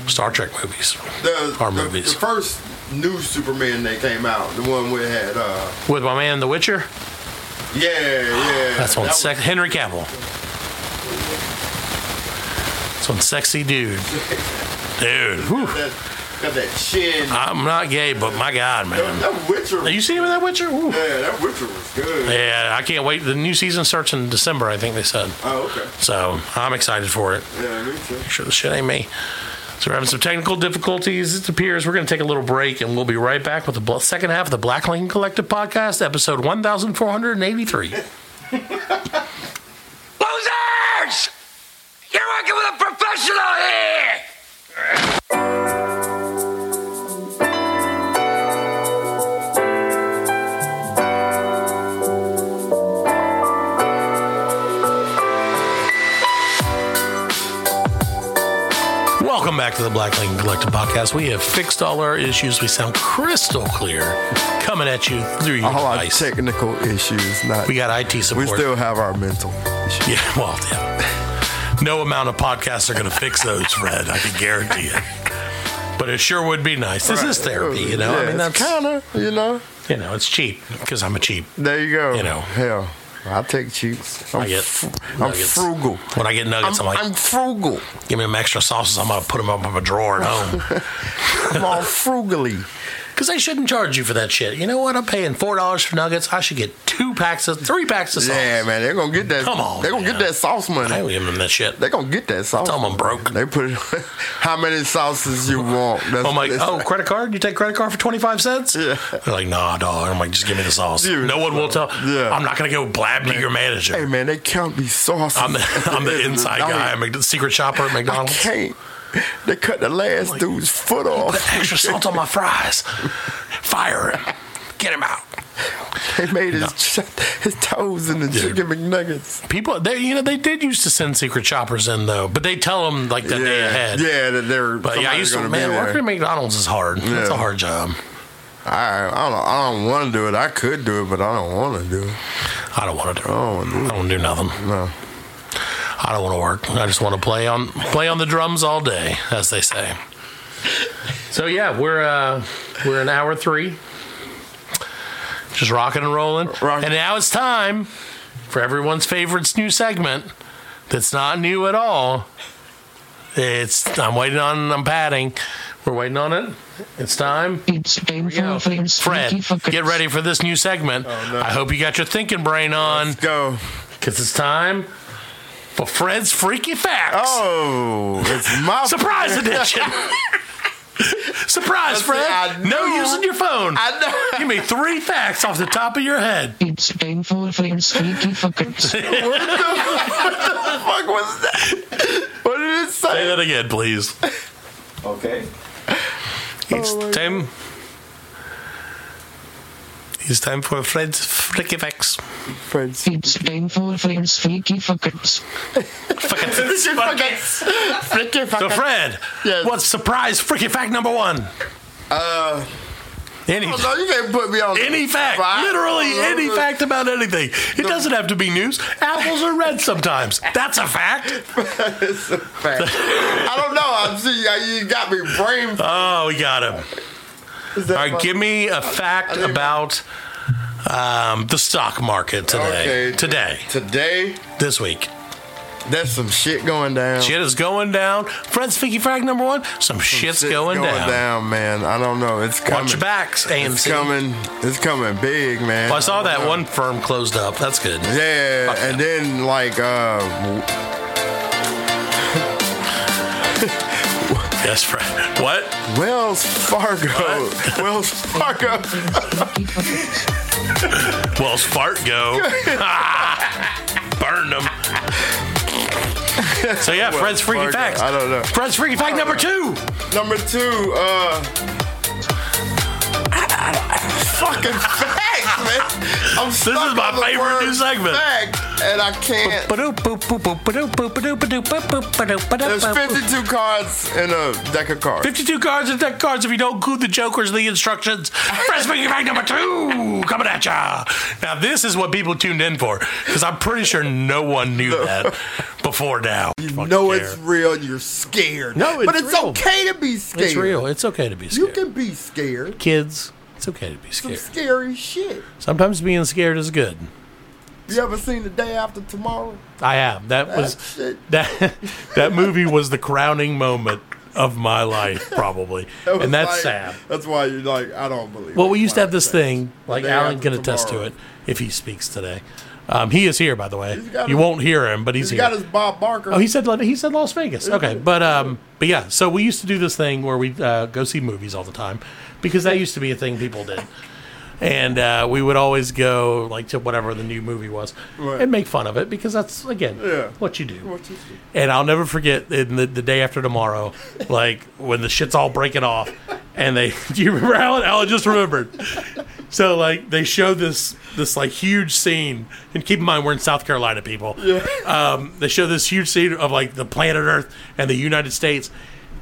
Speaker 2: Star Trek movies
Speaker 13: The,
Speaker 2: are
Speaker 13: the,
Speaker 2: movies.
Speaker 13: the first new Superman that came out, the one we had, uh,
Speaker 2: With my man, The Witcher.
Speaker 13: yeah, yeah.
Speaker 2: That's one
Speaker 13: that
Speaker 2: sec. Henry Cavill. That's one sexy dude. Dude, whew.
Speaker 13: was- that- Got that chin.
Speaker 2: I'm not gay, but my God, Ah, man.
Speaker 13: That Witcher.
Speaker 2: Have you seen him in that Witcher? Whew.
Speaker 13: Yeah, that Witcher was good.
Speaker 2: Yeah, I can't wait. The new season starts in December, I think they said.
Speaker 13: Oh, okay.
Speaker 2: So I'm excited for it.
Speaker 13: Yeah, me too.
Speaker 2: Sure, the shit ain't me. So we're having some technical difficulties. It appears we're going to take a little break, and we'll be right back with the bl- second half of the Black Lincoln Collective podcast, episode 1,483.
Speaker 3: Losers! You're working with a professional here!
Speaker 2: Welcome back to the Black Lincoln Collective podcast. We have fixed all our issues. We sound crystal clear, coming at you through your
Speaker 13: A whole lot of
Speaker 2: device.
Speaker 13: technical issues. Not
Speaker 2: We got IT
Speaker 13: we
Speaker 2: support.
Speaker 13: still have our mental.
Speaker 2: *laughs* Yeah, well, yeah. No amount of podcasts are going to fix those, Fred. I can guarantee it. But it sure would be nice. This is therapy, you know. I mean, that's
Speaker 13: kind of you know.
Speaker 2: you know, it's cheap because I'm a cheap.
Speaker 13: There you go.
Speaker 2: You know.
Speaker 13: hell, I take cheats. I'm,
Speaker 2: I get
Speaker 13: fr- I'm
Speaker 2: nuggets.
Speaker 13: frugal.
Speaker 2: When I get nuggets, I'm, like,
Speaker 13: I'm frugal.
Speaker 2: give me them extra sauces. I'm gonna put them up in a drawer at
Speaker 13: *laughs*
Speaker 2: home *laughs*
Speaker 13: I'm all frugally.
Speaker 2: because they shouldn't charge you for that shit. You know what? I'm paying four dollars for nuggets. I should get two packs of three packs of sauce.
Speaker 13: Yeah, man, they're gonna get that.
Speaker 2: Come on,
Speaker 13: they're gonna
Speaker 2: man.
Speaker 13: get that sauce money.
Speaker 2: I ain't giving them that shit.
Speaker 13: They gonna get that sauce.
Speaker 2: Tell 'em I'm broke.
Speaker 13: They put *laughs* how many sauces you want. That's,
Speaker 2: I'm like,
Speaker 13: that's-
Speaker 2: oh, credit card? You take credit card for 25 cents? Yeah. They're like, nah, dog. I'm like, just give me the sauce.
Speaker 13: Yeah,
Speaker 2: no one will tell.
Speaker 13: yeah.
Speaker 2: I'm not going to go blab to your manager.
Speaker 13: Hey man, they count these sauces.
Speaker 2: I'm the, I'm
Speaker 13: *laughs*
Speaker 2: the inside guy. I'm the secret shopper at
Speaker 13: I
Speaker 2: McDonald's.
Speaker 13: can't. They cut the last dude's foot off.
Speaker 2: Put extra salt on my fries. Fire him. Get him out.
Speaker 13: *laughs* They made his his toes in the
Speaker 2: Dude.
Speaker 13: chicken McNuggets.
Speaker 2: People, they you know they did used to send secret shoppers in though, but they tell them like the day ahead.
Speaker 13: Yeah, that they're.
Speaker 2: But yeah, I
Speaker 13: somebody's
Speaker 2: used to
Speaker 13: gonna
Speaker 2: man
Speaker 13: be there.
Speaker 2: working at McDonald's is hard. That's
Speaker 13: Yeah.
Speaker 2: a hard job.
Speaker 13: I, I don't. I don't want to do it. I could do it, but I don't want to do it.
Speaker 2: I don't want to do.
Speaker 13: I
Speaker 2: It.
Speaker 13: don't want to do
Speaker 2: I
Speaker 13: it.
Speaker 2: don't do nothing.
Speaker 13: No.
Speaker 2: I don't want to work. I just want to play on play on the drums all day, as they say. So yeah, we're uh, we're in hour three, just rocking and rolling. And now it's time for everyone's favorite new segment. That's not new at all. It's I'm waiting on. I'm padding. We're waiting on it. It's time. Fred, get ready for this new segment. I hope you got your thinking brain on. Let's
Speaker 13: go.
Speaker 2: Because it's time for Fred's Freaky Facts.
Speaker 13: Oh, it's my *laughs*
Speaker 2: surprise edition. Surprise, Fred! No using your phone.
Speaker 13: I
Speaker 2: know. Give me three facts off the top of your head.
Speaker 10: It's painful for your sneaky fuckers.
Speaker 13: what, the, fuck was that? What did it say?
Speaker 2: Say that again, please.
Speaker 13: Okay.
Speaker 2: It's time. It's time for Fred's Freaky Facts.
Speaker 13: Fred's.
Speaker 10: It's painful for your sneaky fuckers.
Speaker 13: *laughs* Freaky
Speaker 2: So, Fred, what's surprise freaky fact number one?
Speaker 13: Uh,
Speaker 2: any,
Speaker 13: I don't know, you can't put me on
Speaker 2: any fact,
Speaker 13: spot. *laughs*
Speaker 2: literally
Speaker 13: Uh,
Speaker 2: any fact about anything. It doesn't have to be news. Apples are red sometimes. That's a fact.
Speaker 13: it's a fact. I don't know. I'm see you got me brain.
Speaker 2: Oh, we got him. All
Speaker 13: that
Speaker 2: right,
Speaker 13: my-
Speaker 2: give me a fact about um, the stock market today.
Speaker 13: Okay.
Speaker 2: Today.
Speaker 13: Today.
Speaker 2: This week.
Speaker 13: There's some shit going down.
Speaker 2: Shit is going down. Fred's Figgy Fact number one. Some shit's
Speaker 13: Shit's
Speaker 2: going, down.
Speaker 13: man. I don't know. It's coming.
Speaker 2: Watch your backs,
Speaker 13: It's
Speaker 2: AMC.
Speaker 13: coming. It's coming big, man.
Speaker 2: Well, Oh, I saw
Speaker 13: don't
Speaker 2: that
Speaker 13: know.
Speaker 2: one firm closed up. That's good.
Speaker 13: Yeah, and then like uh,
Speaker 2: Yes, Fred. What?
Speaker 13: Wells Fargo. *laughs* Wells Fargo.
Speaker 2: Wells
Speaker 13: *laughs*
Speaker 2: Fargo. Burned them. So, yeah,
Speaker 13: Wells
Speaker 2: Fred's Freaky
Speaker 13: Fargo.
Speaker 2: Facts.
Speaker 13: I don't know.
Speaker 2: Fred's Freaky Fact number two.
Speaker 13: Number two. Uh, fucking facts, man. I'm
Speaker 2: This
Speaker 13: stuck
Speaker 2: is my
Speaker 13: on the
Speaker 2: favorite
Speaker 13: word
Speaker 2: new segment.
Speaker 13: Fact, and I can't. There's 52 cards in a deck of cards.
Speaker 2: 52 cards and deck cards if you don't include the jokers, the instructions. Fresh Biggie Bag number two coming at ya. Now, this is what people tuned in for because I'm pretty sure no one knew that before now.
Speaker 13: You know it's real. You're scared.
Speaker 2: No, it's
Speaker 13: but it's
Speaker 2: real.
Speaker 13: okay to be scared.
Speaker 2: It's real. It's okay to be
Speaker 13: You
Speaker 2: scared.
Speaker 13: can be scared.
Speaker 2: Kids, it's okay to be scared.
Speaker 13: Some scary shit.
Speaker 2: Sometimes being scared is good.
Speaker 13: You ever seen the day after tomorrow? *laughs*
Speaker 2: I have. That
Speaker 13: That
Speaker 2: was
Speaker 13: shit.
Speaker 2: that. *laughs* That movie was the crowning moment of my life, probably,
Speaker 13: That was
Speaker 2: and that's
Speaker 13: like-
Speaker 2: sad.
Speaker 13: That's why you're like, I don't believe.
Speaker 2: Well,
Speaker 13: it.
Speaker 2: we used to have this thing, like
Speaker 13: Day
Speaker 2: Alan
Speaker 13: after
Speaker 2: can attest to
Speaker 13: tomorrow.
Speaker 2: it if he speaks today. Um, he is here, by the way.
Speaker 13: got
Speaker 2: You
Speaker 13: his-
Speaker 2: won't hear him, but he's
Speaker 13: He's
Speaker 2: here.
Speaker 13: got his Bob Barker.
Speaker 2: Oh, he said he said Las Vegas. Okay, but um, but yeah. So we used to do this thing where we uh, go see movies all the time because that used to be a thing people did, and uh, we would always go like to whatever the new movie was
Speaker 13: Right.
Speaker 2: and make fun of it because that's again
Speaker 13: Yeah.
Speaker 2: what you do.
Speaker 13: What you do.
Speaker 2: And I'll never forget in the, the day after tomorrow, like when the shit's all breaking off, and they *laughs* do you remember Alan? Alan just remembered. So like they show this this like huge scene, and keep in mind we're in South Carolina, people.
Speaker 13: Yeah.
Speaker 2: Um, they show this huge scene of like the planet Earth and the United States,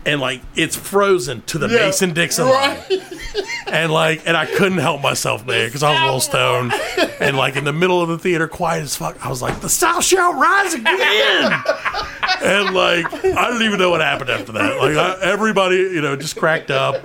Speaker 2: and like it's frozen to the
Speaker 13: Yeah.
Speaker 2: Mason Dixon line
Speaker 13: Right.
Speaker 2: and like and I couldn't help myself, man, because I was a little stoned. And like in the middle of the theater, quiet as fuck, I was like, "The South shall rise again," and like I didn't even know what happened after that. Like I, everybody, you know, just cracked up,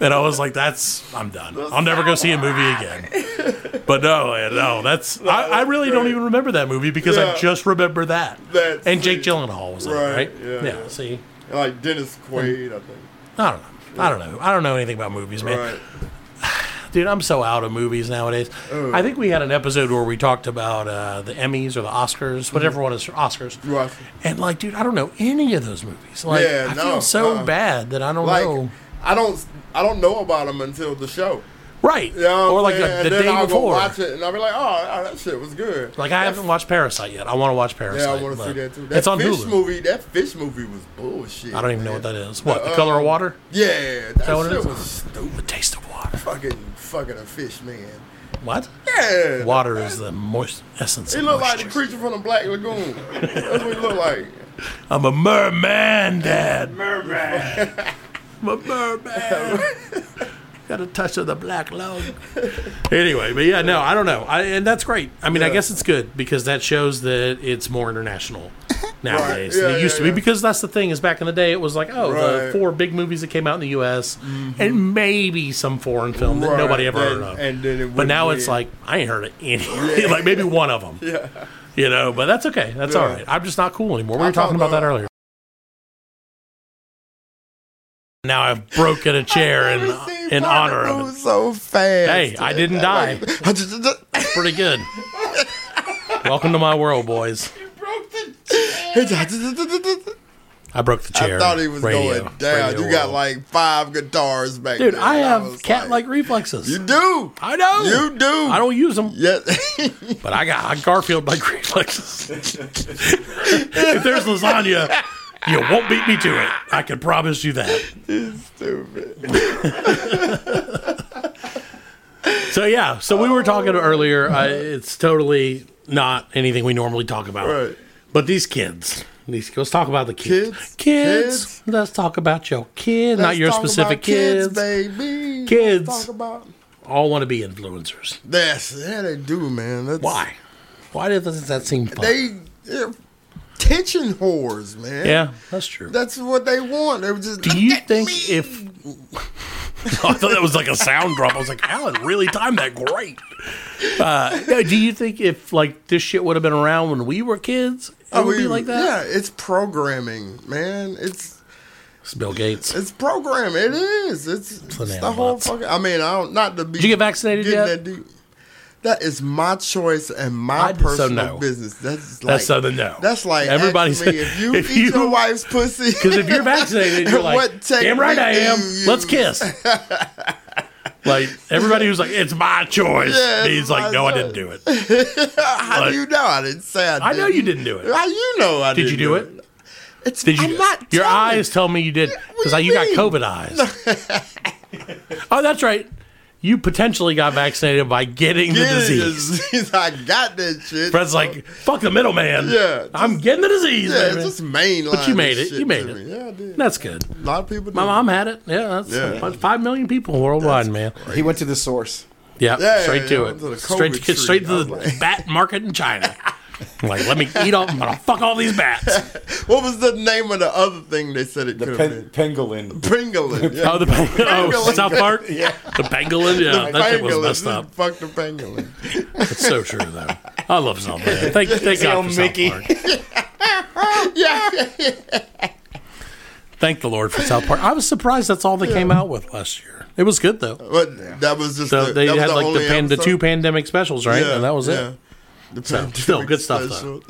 Speaker 2: and I was like, "That's I'm done. I'll never go see a movie again." But no, man, no, that's I, I really don't even remember that movie because
Speaker 13: Yeah.
Speaker 2: I just remember that.
Speaker 13: That's
Speaker 2: and Jake Gyllenhaal was in it,
Speaker 13: Right,
Speaker 2: right?
Speaker 13: yeah, yeah.
Speaker 2: See,
Speaker 13: like Dennis Quaid, I think.
Speaker 2: I don't know. I don't know. I don't know anything about movies, man.
Speaker 13: Right.
Speaker 2: Dude, I'm so out of movies nowadays.
Speaker 13: Ugh.
Speaker 2: I think we had an episode where we talked about uh, the Emmys or the Oscars, whatever one is Oscars.
Speaker 13: Right.
Speaker 2: And like, dude, I don't know any of those movies. Like,
Speaker 13: Yeah,
Speaker 2: I
Speaker 13: no,
Speaker 2: feel so
Speaker 13: uh-uh.
Speaker 2: bad that I don't
Speaker 13: Like
Speaker 2: know.
Speaker 13: I don't, I don't know about him until the show.
Speaker 2: Right.
Speaker 13: You know
Speaker 2: or
Speaker 13: what I'm
Speaker 2: like
Speaker 13: saying?
Speaker 2: a, the
Speaker 13: And oh, then
Speaker 2: day
Speaker 13: I'll
Speaker 2: before.
Speaker 13: Go watch it and I'll be like, oh, oh, that shit was good.
Speaker 2: Like, I haven't watched Parasite yet. I want to watch Parasite.
Speaker 13: Yeah, I want to
Speaker 2: but
Speaker 13: see that too. That
Speaker 2: it's on
Speaker 13: fish
Speaker 2: Hulu.
Speaker 13: movie. That fish movie was bullshit.
Speaker 2: I don't even know what that is. What? The,
Speaker 13: Uh,
Speaker 2: Color of Water?
Speaker 13: Yeah, that,
Speaker 2: that what it
Speaker 13: shit
Speaker 2: is?
Speaker 13: was stupid.
Speaker 2: The Taste of Water.
Speaker 13: Fucking, fucking a fish man.
Speaker 2: What?
Speaker 13: Yeah.
Speaker 2: Water is the moist essence.
Speaker 13: He
Speaker 2: of
Speaker 13: looked
Speaker 2: moisture.
Speaker 13: like the creature from the Black Lagoon. That's what he looked like. *laughs*
Speaker 2: I'm a merman, Dad. I'm a merman. Got a touch of the black lung. anyway, but yeah, no, I don't know. I, and that's great. I mean, I
Speaker 13: Yeah.
Speaker 2: guess it's good because that shows that it's more international nowadays
Speaker 13: *laughs* Right.
Speaker 2: than it
Speaker 13: Yeah,
Speaker 2: used
Speaker 13: yeah,
Speaker 2: to be.
Speaker 13: yeah.
Speaker 2: Because that's the thing is back in the day, it was like, oh, the
Speaker 13: Right. Mm-hmm.
Speaker 2: four big movies that came out in the U.S. and maybe some foreign film that
Speaker 13: Right,
Speaker 2: nobody ever
Speaker 13: then-
Speaker 2: heard of.
Speaker 13: and then it
Speaker 2: but now
Speaker 13: wouldn't
Speaker 2: it's
Speaker 13: be-
Speaker 2: like I ain't heard of
Speaker 13: *laughs*
Speaker 2: any. *laughs* like maybe one of them.
Speaker 13: Yeah.
Speaker 2: You know, but that's okay. That's
Speaker 13: Yeah.
Speaker 2: all right. I'm just not cool anymore. We
Speaker 13: I
Speaker 2: were talking
Speaker 13: thought,
Speaker 2: about that
Speaker 13: uh,
Speaker 2: earlier. Now I've broken a chair in in honor of it.
Speaker 13: So fast.
Speaker 2: Hey, I didn't die.
Speaker 13: *laughs*
Speaker 2: That's pretty good. Welcome to my world, boys. I broke the chair.
Speaker 13: I thought he was
Speaker 2: Radio-
Speaker 13: going down.
Speaker 2: radio
Speaker 13: you got
Speaker 2: world.
Speaker 13: like five guitars back
Speaker 2: Dude,
Speaker 13: there.
Speaker 2: I have
Speaker 13: was
Speaker 2: cat like reflexes.
Speaker 13: You do.
Speaker 2: I know.
Speaker 13: You do.
Speaker 2: I don't use them.
Speaker 13: Yeah. *laughs*
Speaker 2: but I got I Garfield like *laughs* reflexes. if there's lasagna, you won't beat me to it. I can promise you that.
Speaker 13: It's stupid.
Speaker 2: *laughs* So yeah, so we were talking earlier. I, it's totally not anything we normally talk about. Right. But these kids, these let's talk about the kids. Kids, let's talk about your kid, not
Speaker 13: Let's
Speaker 2: your
Speaker 13: talk about
Speaker 2: specific kids.
Speaker 13: baby. Let's
Speaker 2: Kids.
Speaker 13: Talk about.
Speaker 2: All want to be influencers.
Speaker 13: That's yeah, they do, man. That's,
Speaker 2: Why? Why doesn't that seem fun?
Speaker 13: They they're tension whores, man.
Speaker 2: yeah, that's true.
Speaker 13: That's what they want. They were just.
Speaker 2: Do you think if *laughs* I thought that was like a sound drop? I was like, Alan really timed that great. Uh, no, do you think if like this shit would have been around when we were kids, it
Speaker 13: *laughs* I
Speaker 2: would be
Speaker 13: mean,
Speaker 2: like that?
Speaker 13: Yeah, it's programming, man. It's
Speaker 2: It's Bill Gates.
Speaker 13: It's programmed. It is. It's,
Speaker 2: the
Speaker 13: it's
Speaker 2: damn
Speaker 13: the whole
Speaker 2: bots.
Speaker 13: fucking. I mean, I don't. Not to be.
Speaker 2: Did you get vaccinated
Speaker 13: getting
Speaker 2: yet?
Speaker 13: That, deep. that is my choice and my
Speaker 2: I- so
Speaker 13: personal
Speaker 2: no.
Speaker 13: business. That's like,
Speaker 2: That's something no.
Speaker 13: That's like
Speaker 2: Everybody
Speaker 13: everybody.
Speaker 2: said-
Speaker 13: if
Speaker 2: *laughs*
Speaker 13: you
Speaker 2: if
Speaker 13: eat
Speaker 2: you-
Speaker 13: your wife's
Speaker 2: *laughs*
Speaker 13: pussy,
Speaker 2: Because if you're vaccinated, you're like,
Speaker 13: *laughs* What technique
Speaker 2: damn right I
Speaker 13: do
Speaker 2: am.
Speaker 13: you
Speaker 2: Let's
Speaker 13: use?"
Speaker 2: kiss. like everybody who's like, it's my choice.
Speaker 13: Yeah,
Speaker 2: he's
Speaker 13: it's
Speaker 2: like,
Speaker 13: my
Speaker 2: no, I
Speaker 13: choice."
Speaker 2: didn't do it.
Speaker 13: How
Speaker 2: Like-
Speaker 13: do you know? I didn't say I. Did.
Speaker 2: I know you didn't do it.
Speaker 13: How you know I
Speaker 2: Did you
Speaker 13: didn't
Speaker 2: do it?
Speaker 13: It's,
Speaker 2: Did you?
Speaker 13: I'm
Speaker 2: do it?
Speaker 13: not
Speaker 2: Your
Speaker 13: telling.
Speaker 2: eyes tell me you did because you,
Speaker 13: do you
Speaker 2: got
Speaker 13: mean?
Speaker 2: COVID eyes. oh, that's right. You potentially got vaccinated by getting
Speaker 13: Get
Speaker 2: the
Speaker 13: it,
Speaker 2: disease.
Speaker 13: *laughs* disease. I got that shit.
Speaker 2: Fred's like, fuck the middleman.
Speaker 13: Yeah,
Speaker 2: I'm getting the disease,
Speaker 13: yeah,
Speaker 2: baby.
Speaker 13: just mainline.
Speaker 2: But you made
Speaker 13: this
Speaker 2: it.
Speaker 13: shit
Speaker 2: You made
Speaker 13: to
Speaker 2: it.
Speaker 13: me. Yeah, I did.
Speaker 2: That's good.
Speaker 13: A lot of people.
Speaker 2: My
Speaker 13: do.
Speaker 2: mom had it. Yeah, that's
Speaker 13: Yeah.
Speaker 2: about five million people worldwide, man.
Speaker 16: He went to the source.
Speaker 2: Yeah,
Speaker 16: Yeah,
Speaker 2: straight
Speaker 16: yeah,
Speaker 2: to
Speaker 16: yeah,
Speaker 2: it.
Speaker 16: to the
Speaker 2: straight
Speaker 16: COVID
Speaker 2: to, straight
Speaker 16: tree,
Speaker 2: to the
Speaker 13: *laughs*
Speaker 2: bat market in China. like, let me eat off. I'm gonna fuck all these bats.
Speaker 13: *laughs* What was the name of the other thing they said it could have been?
Speaker 16: Pangolin.
Speaker 13: Pringolin.
Speaker 2: Oh, the pang- oh,
Speaker 13: Pangolin.
Speaker 2: South Park.
Speaker 16: Yeah.
Speaker 2: the pangolin. Yeah,
Speaker 13: The
Speaker 2: that shit was
Speaker 13: pangolin.
Speaker 2: messed up.
Speaker 13: Fuck the pangolin. *laughs*
Speaker 2: It's so true though. I love South Park. Thank, thank God for Mickey. South Park.
Speaker 13: yeah.
Speaker 2: Thank the Lord for South Park. I was surprised that's all they came out with last year. It was good though.
Speaker 13: But that was just
Speaker 2: So
Speaker 13: the,
Speaker 2: they
Speaker 13: that was
Speaker 2: had
Speaker 13: the
Speaker 2: like the
Speaker 13: only
Speaker 2: pan, the
Speaker 13: episode.
Speaker 2: two pandemic specials, right?
Speaker 13: Yeah,
Speaker 2: and that was
Speaker 13: yeah.
Speaker 2: it. So, still good stuff though.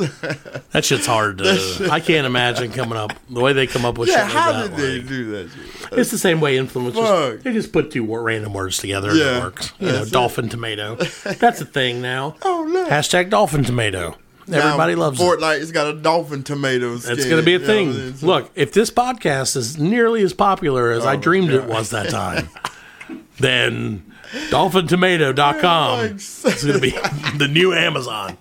Speaker 2: That shit's hard. To, I can't imagine coming up the way they come up with.
Speaker 13: Yeah,
Speaker 2: shit
Speaker 13: how
Speaker 2: like
Speaker 13: did
Speaker 2: that,
Speaker 13: they
Speaker 2: like-
Speaker 13: do that? Shit?
Speaker 2: It's the same way influencers.
Speaker 13: Fuck.
Speaker 2: They just put two wor- random words together and
Speaker 13: Yeah,
Speaker 2: it works. You know,
Speaker 13: that's it.
Speaker 2: dolphin
Speaker 13: *laughs*
Speaker 2: tomato. That's a thing now.
Speaker 13: Oh look,
Speaker 2: Hashtag dolphin tomato. Everybody
Speaker 13: now,
Speaker 2: loves it.
Speaker 13: Fortnite. It's got a dolphin tomato. Skin,
Speaker 2: It's going to be a
Speaker 13: you know
Speaker 2: thing.
Speaker 13: what I mean? So-
Speaker 2: Look, if this podcast is nearly as popular as
Speaker 13: Oh,
Speaker 2: I dreamed it was
Speaker 13: *laughs*
Speaker 2: that time, then dolphintomato.com
Speaker 13: Like, *laughs*
Speaker 2: is going to be the new Amazon.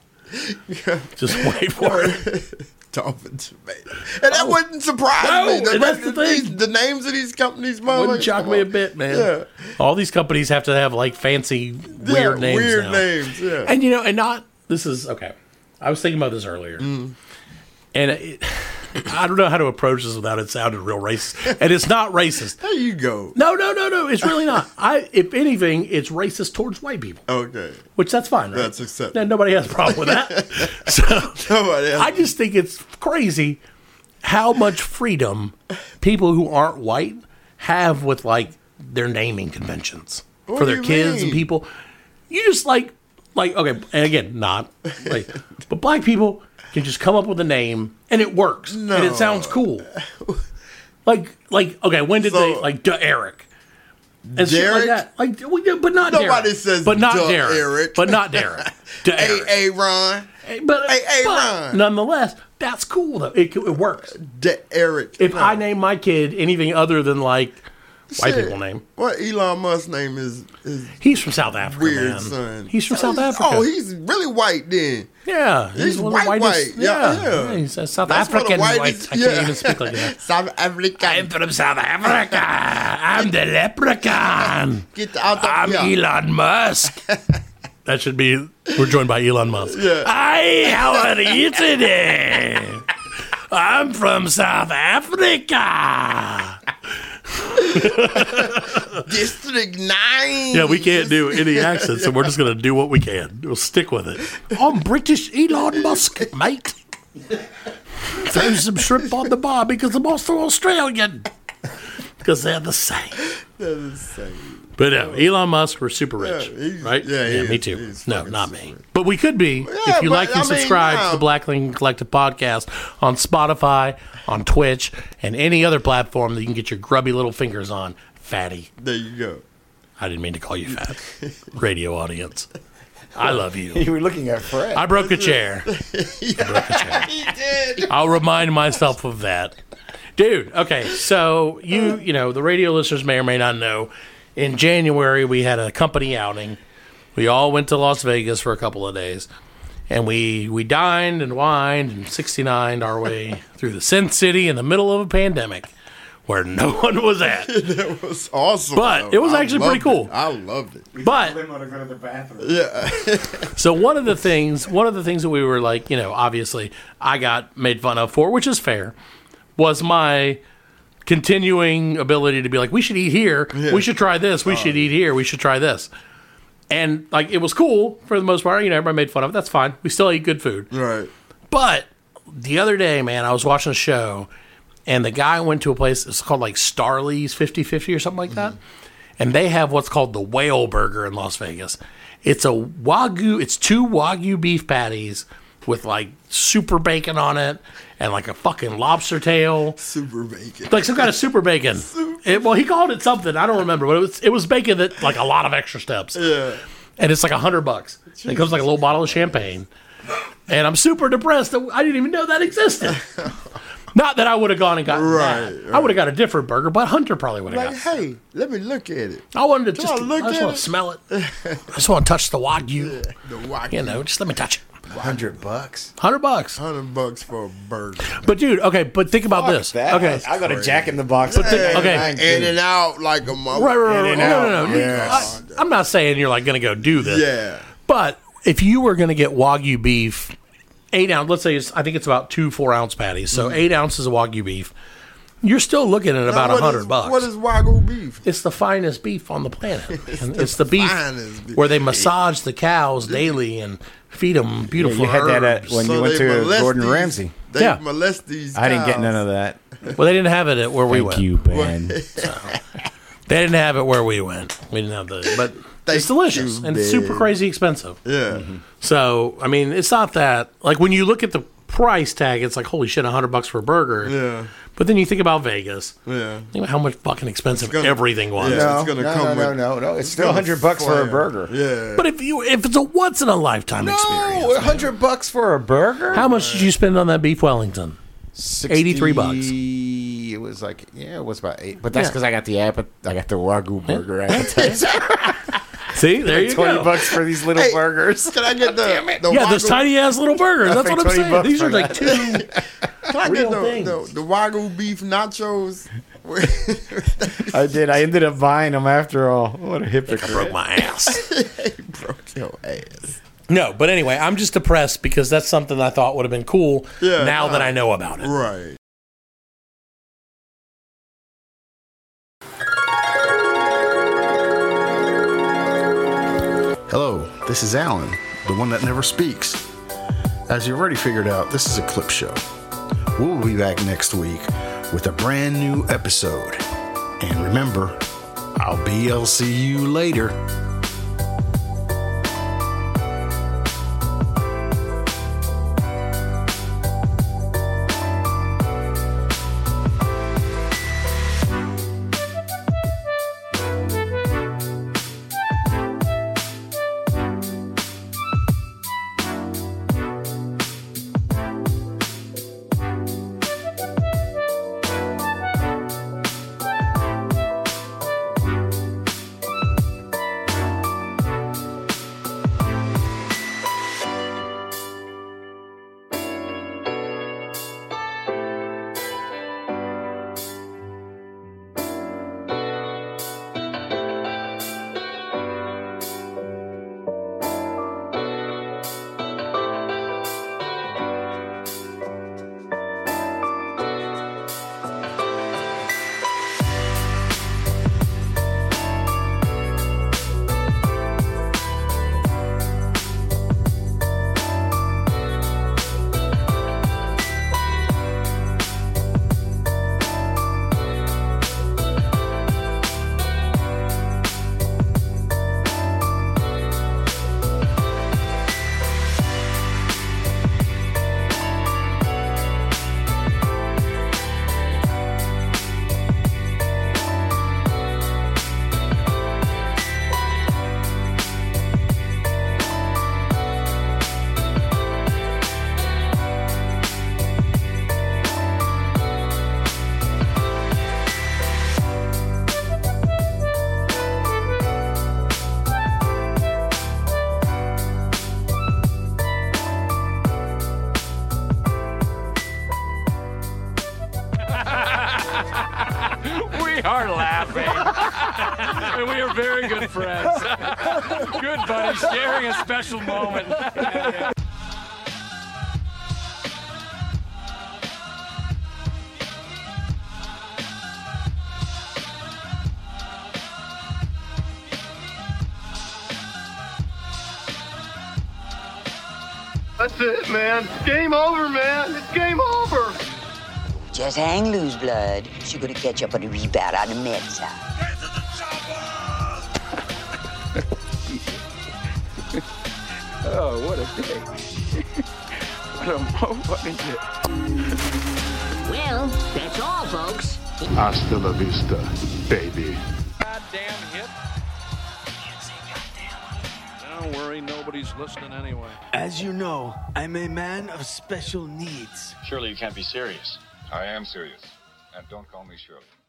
Speaker 2: Just *laughs* wait for it.
Speaker 13: dolphin tomato, and that wouldn't surprise
Speaker 2: Oh. No,
Speaker 13: me. The,
Speaker 2: and that's the
Speaker 13: these-
Speaker 2: thing.
Speaker 13: the names of these companies,
Speaker 2: Wouldn't
Speaker 13: motherfucker,
Speaker 2: shock
Speaker 13: come
Speaker 2: me a
Speaker 13: on.
Speaker 2: bit, man.
Speaker 13: Yeah.
Speaker 2: All these companies have to have like fancy weird
Speaker 13: Yeah,
Speaker 2: names.
Speaker 13: Weird
Speaker 2: now.
Speaker 13: names. Yeah.
Speaker 2: And you know, and not this is okay. I was thinking about this earlier,
Speaker 13: Mm.
Speaker 2: and it, I don't know how to approach this without it sounding real racist. And it's not racist.
Speaker 13: there you go.
Speaker 2: No, no, no, no. It's really not. I, if anything, it's racist towards white people,
Speaker 13: Okay. *laughs*
Speaker 2: which that's fine. Right?
Speaker 13: That's acceptable.
Speaker 2: Yeah, nobody has a problem with that.
Speaker 13: *laughs*
Speaker 2: so
Speaker 13: Nobody else.
Speaker 2: I just think it's crazy how much freedom people who aren't white have with like their naming conventions
Speaker 13: What
Speaker 2: for
Speaker 13: do
Speaker 2: their
Speaker 13: you
Speaker 2: kids and
Speaker 13: mean?
Speaker 2: people. You just like like okay, and again, not like, but black people can just come up with a name and it works and it
Speaker 13: No.
Speaker 2: sounds cool. Like like okay, when did they
Speaker 13: So-
Speaker 2: like duh, Eric? and shit
Speaker 13: Derek?
Speaker 2: like that. Like, well, yeah, but not
Speaker 13: Nobody
Speaker 2: Derek.
Speaker 13: says
Speaker 2: but not
Speaker 13: duh,
Speaker 2: Derek.
Speaker 13: Eric.
Speaker 2: but not
Speaker 13: *laughs*
Speaker 2: Derek. Duh, Eric.
Speaker 13: Hey, Ron.
Speaker 2: but,
Speaker 13: hey, hey,
Speaker 2: but
Speaker 13: Ron.
Speaker 2: nonetheless, that's cool though. It, it works.
Speaker 13: Da- Eric.
Speaker 2: If I name my kid anything other than like white
Speaker 13: Shit.
Speaker 2: people name,
Speaker 13: What Elon Musk's name is is
Speaker 2: he's from South Africa.
Speaker 13: weird,
Speaker 2: man.
Speaker 13: son.
Speaker 2: He's from
Speaker 13: So
Speaker 2: South Africa.
Speaker 13: Oh, he's really white then.
Speaker 2: yeah, he's,
Speaker 13: he's
Speaker 2: one of the
Speaker 13: white,
Speaker 2: whitest.
Speaker 13: white.
Speaker 2: Yeah,
Speaker 13: Yeah,
Speaker 2: yeah.
Speaker 13: yeah.
Speaker 2: he's a South
Speaker 13: That's one of
Speaker 2: African
Speaker 13: the
Speaker 2: white.
Speaker 13: whitest-
Speaker 2: I can't
Speaker 13: yeah.
Speaker 2: even speak like
Speaker 13: *laughs*
Speaker 2: that.
Speaker 13: South Africa.
Speaker 2: I'm from South Africa. I'm the *laughs* leprechaun.
Speaker 13: Get out of
Speaker 2: I'm
Speaker 13: here.
Speaker 2: Elon Musk. *laughs* that should be. We're joined by Elon Musk.
Speaker 13: Yeah.
Speaker 2: Hi, how are you
Speaker 13: *laughs*
Speaker 2: today? I'm from South Africa.
Speaker 13: District Nine.
Speaker 2: Yeah, we can't do any accents, so we're just gonna do what we can. We'll stick with it. I'm British Elon Musk, mate. Throw some shrimp on the bar because I'm also Australian. because they're the same.
Speaker 13: They're the same.
Speaker 2: But no, Elon Musk, we're super rich,
Speaker 13: Yeah, he's-
Speaker 2: right?
Speaker 13: yeah, he
Speaker 2: me
Speaker 13: is-
Speaker 2: too. No, not me. But we could be if you
Speaker 13: but,
Speaker 2: like and
Speaker 13: I mean,
Speaker 2: subscribe
Speaker 13: no.
Speaker 2: to the Black Lincoln Collective podcast on Spotify, on Twitch, and any other platform that you can get your grubby little fingers on. Fatty.
Speaker 13: There you go.
Speaker 2: I didn't mean to call you fat. Radio audience, I love you.
Speaker 6: *laughs* You were looking at Fred.
Speaker 2: I broke a chair. *laughs* I'll remind myself of that. Dude, okay. So you you know, the radio listeners may or may not know, in January we had a company outing. We all went to Las Vegas for a couple of days. And we we dined and wined and 69'd our
Speaker 6: *laughs*
Speaker 2: way through the Sin City in the middle of a pandemic where no *laughs* one was at.
Speaker 13: that was awesome.
Speaker 2: But it was actually pretty
Speaker 13: loved
Speaker 2: cool.
Speaker 13: it. I loved it.
Speaker 2: But
Speaker 13: Yeah.
Speaker 2: *laughs* so one of the things one of the things that we were like you know obviously i got made fun of for which is fair was my continuing ability to be like we should eat here we should try this we should eat here we should try this and like it was cool for the most part you know everybody made fun of it that's fine we still eat good food
Speaker 13: right
Speaker 2: but the other day man i was watching a show and the guy went to a place it's called like starley's 50-50 or something like that and they have what's called the whale burger in Las Vegas. It's a wagyu. It's two wagyu beef patties with like super bacon on it and like a fucking lobster tail,
Speaker 13: Super bacon,
Speaker 2: like some kind of super bacon. It- well, he called it something. I don't remember, but it was it was bacon that like a lot of extra steps.
Speaker 13: Yeah.
Speaker 2: and it's like a hundred bucks. It comes like a little bottle of champagne, and I'm super depressed that I didn't even know that
Speaker 13: *laughs*
Speaker 2: existed. Not that I would have gone and gotten that. I would have got a different burger, but Hunter probably would have
Speaker 13: Like, hey, let me look at it.
Speaker 2: I wanted to
Speaker 13: Come
Speaker 2: just-
Speaker 13: on, look
Speaker 2: I just
Speaker 13: at
Speaker 2: wanna
Speaker 13: it. *laughs*
Speaker 2: smell it. I just want to touch the wagyu.
Speaker 13: The wagyu.
Speaker 2: You know, just let me touch it.
Speaker 6: Hundred bucks.
Speaker 2: Hundred bucks.
Speaker 13: Hundred bucks for a burger.
Speaker 2: But dude, okay, but think about
Speaker 6: Fuck
Speaker 2: this.
Speaker 6: that.
Speaker 2: Okay,
Speaker 6: I got a Jack in the Box.
Speaker 2: But think-
Speaker 6: Yeah,
Speaker 2: okay,
Speaker 6: I ain't
Speaker 13: In
Speaker 6: kidding.
Speaker 13: and out like a mother.
Speaker 2: right, right, right. right.
Speaker 6: In and
Speaker 2: No,
Speaker 6: out.
Speaker 2: no, no.
Speaker 6: Yes.
Speaker 2: I, am not saying you're like going to go do this.
Speaker 13: Yeah.
Speaker 2: But if you were going to get wagyu beef, eight ounce, let's say it's, I think it's about two four ounce patties, so
Speaker 13: Mhm.
Speaker 2: eight ounces of wagyu beef, you're still looking at
Speaker 13: Now,
Speaker 2: about
Speaker 13: what
Speaker 2: a hundred
Speaker 13: is-
Speaker 2: bucks.
Speaker 13: What is Wagyu beef?
Speaker 2: It's the finest beef on the
Speaker 13: *laughs*
Speaker 2: planet. it's, and
Speaker 13: the
Speaker 2: it's the beef
Speaker 13: finest beef.
Speaker 2: where they massage the cows daily and feed them beautiful
Speaker 6: you had that at-
Speaker 2: herbs.
Speaker 6: when you So went they to molest Gordon these- Ramsay.
Speaker 13: They
Speaker 2: yeah.
Speaker 13: molest these.
Speaker 6: I didn't get
Speaker 13: cows.
Speaker 6: none of that.
Speaker 2: Well, they didn't have it at where we went.
Speaker 6: Thank you, Ben.
Speaker 2: They didn't have it where we went. We didn't have the, but it's delicious and it's super
Speaker 13: man.
Speaker 2: crazy expensive.
Speaker 13: Yeah.
Speaker 2: So I mean, it's not that like when you look at the price tag, it's like holy shit, hundred bucks for a burger.
Speaker 6: Mm-hmm.
Speaker 13: Yeah.
Speaker 2: But then you think about Vegas.
Speaker 13: Yeah.
Speaker 2: Think about how much fucking expensive
Speaker 13: gonna-
Speaker 2: everything was.
Speaker 13: Yeah,
Speaker 6: No,
Speaker 13: it's gonna
Speaker 6: no,
Speaker 13: come
Speaker 6: no,
Speaker 13: with-
Speaker 6: no, no, no. It's still
Speaker 13: gonna
Speaker 6: hundred bucks for a
Speaker 13: flare.
Speaker 6: burger.
Speaker 13: Yeah.
Speaker 2: But if you if it's a once in a lifetime experience,
Speaker 6: Oh, hundred bucks for a burger?
Speaker 2: how much did you spend on that beef Wellington? Eighty three bucks.
Speaker 6: It was like yeah, it was about eight, but that's
Speaker 2: Yeah.
Speaker 6: because I got the app. I got the wagyu burger
Speaker 2: *laughs*
Speaker 6: appetizer.
Speaker 2: See, there you
Speaker 6: Twenty
Speaker 2: go.
Speaker 6: bucks for these little burgers.
Speaker 13: *laughs* Can I get the, the
Speaker 2: yeah, those
Speaker 13: Wagyu- *laughs*
Speaker 2: tiny ass little burgers.
Speaker 6: I
Speaker 2: That's
Speaker 6: paid
Speaker 2: what I'm
Speaker 6: 20
Speaker 2: saying.
Speaker 6: bucks
Speaker 2: These
Speaker 6: for
Speaker 2: are like two.
Speaker 13: Can I
Speaker 2: real
Speaker 13: get
Speaker 2: things.
Speaker 13: the, the, the Wagyu beef nachos? *laughs*
Speaker 6: I did. I ended up buying them after all. What a hypocrite!
Speaker 2: broke my ass.
Speaker 13: broke your ass.
Speaker 2: *laughs* No, but anyway, I'm just depressed because that's something I thought would have been cool.
Speaker 13: Yeah,
Speaker 2: now
Speaker 13: nah.
Speaker 2: that I know about it.
Speaker 13: Right.
Speaker 17: Hello, this is Alan, the one that never speaks. As you already figured out, this is a clip show. We'll be back next week with a brand new episode. And remember, I'll BLC you later.
Speaker 2: *laughs* and we are very good friends. *laughs* good buddies, sharing a special moment.
Speaker 3: That's it, man. Game over, man. It's game over.
Speaker 18: Just hang loose, blood. She's gonna catch up on the rebound on the men's side.
Speaker 3: Oh, what a day. what a motherfucking day.
Speaker 18: Well, that's all, folks.
Speaker 19: Hasta la vista, baby.
Speaker 2: Goddamn hip. Don't worry, nobody's listening anyway.
Speaker 20: As you know, I'm a man of special needs.
Speaker 21: Surely you can't be serious. I am serious. And don't call me Shirley.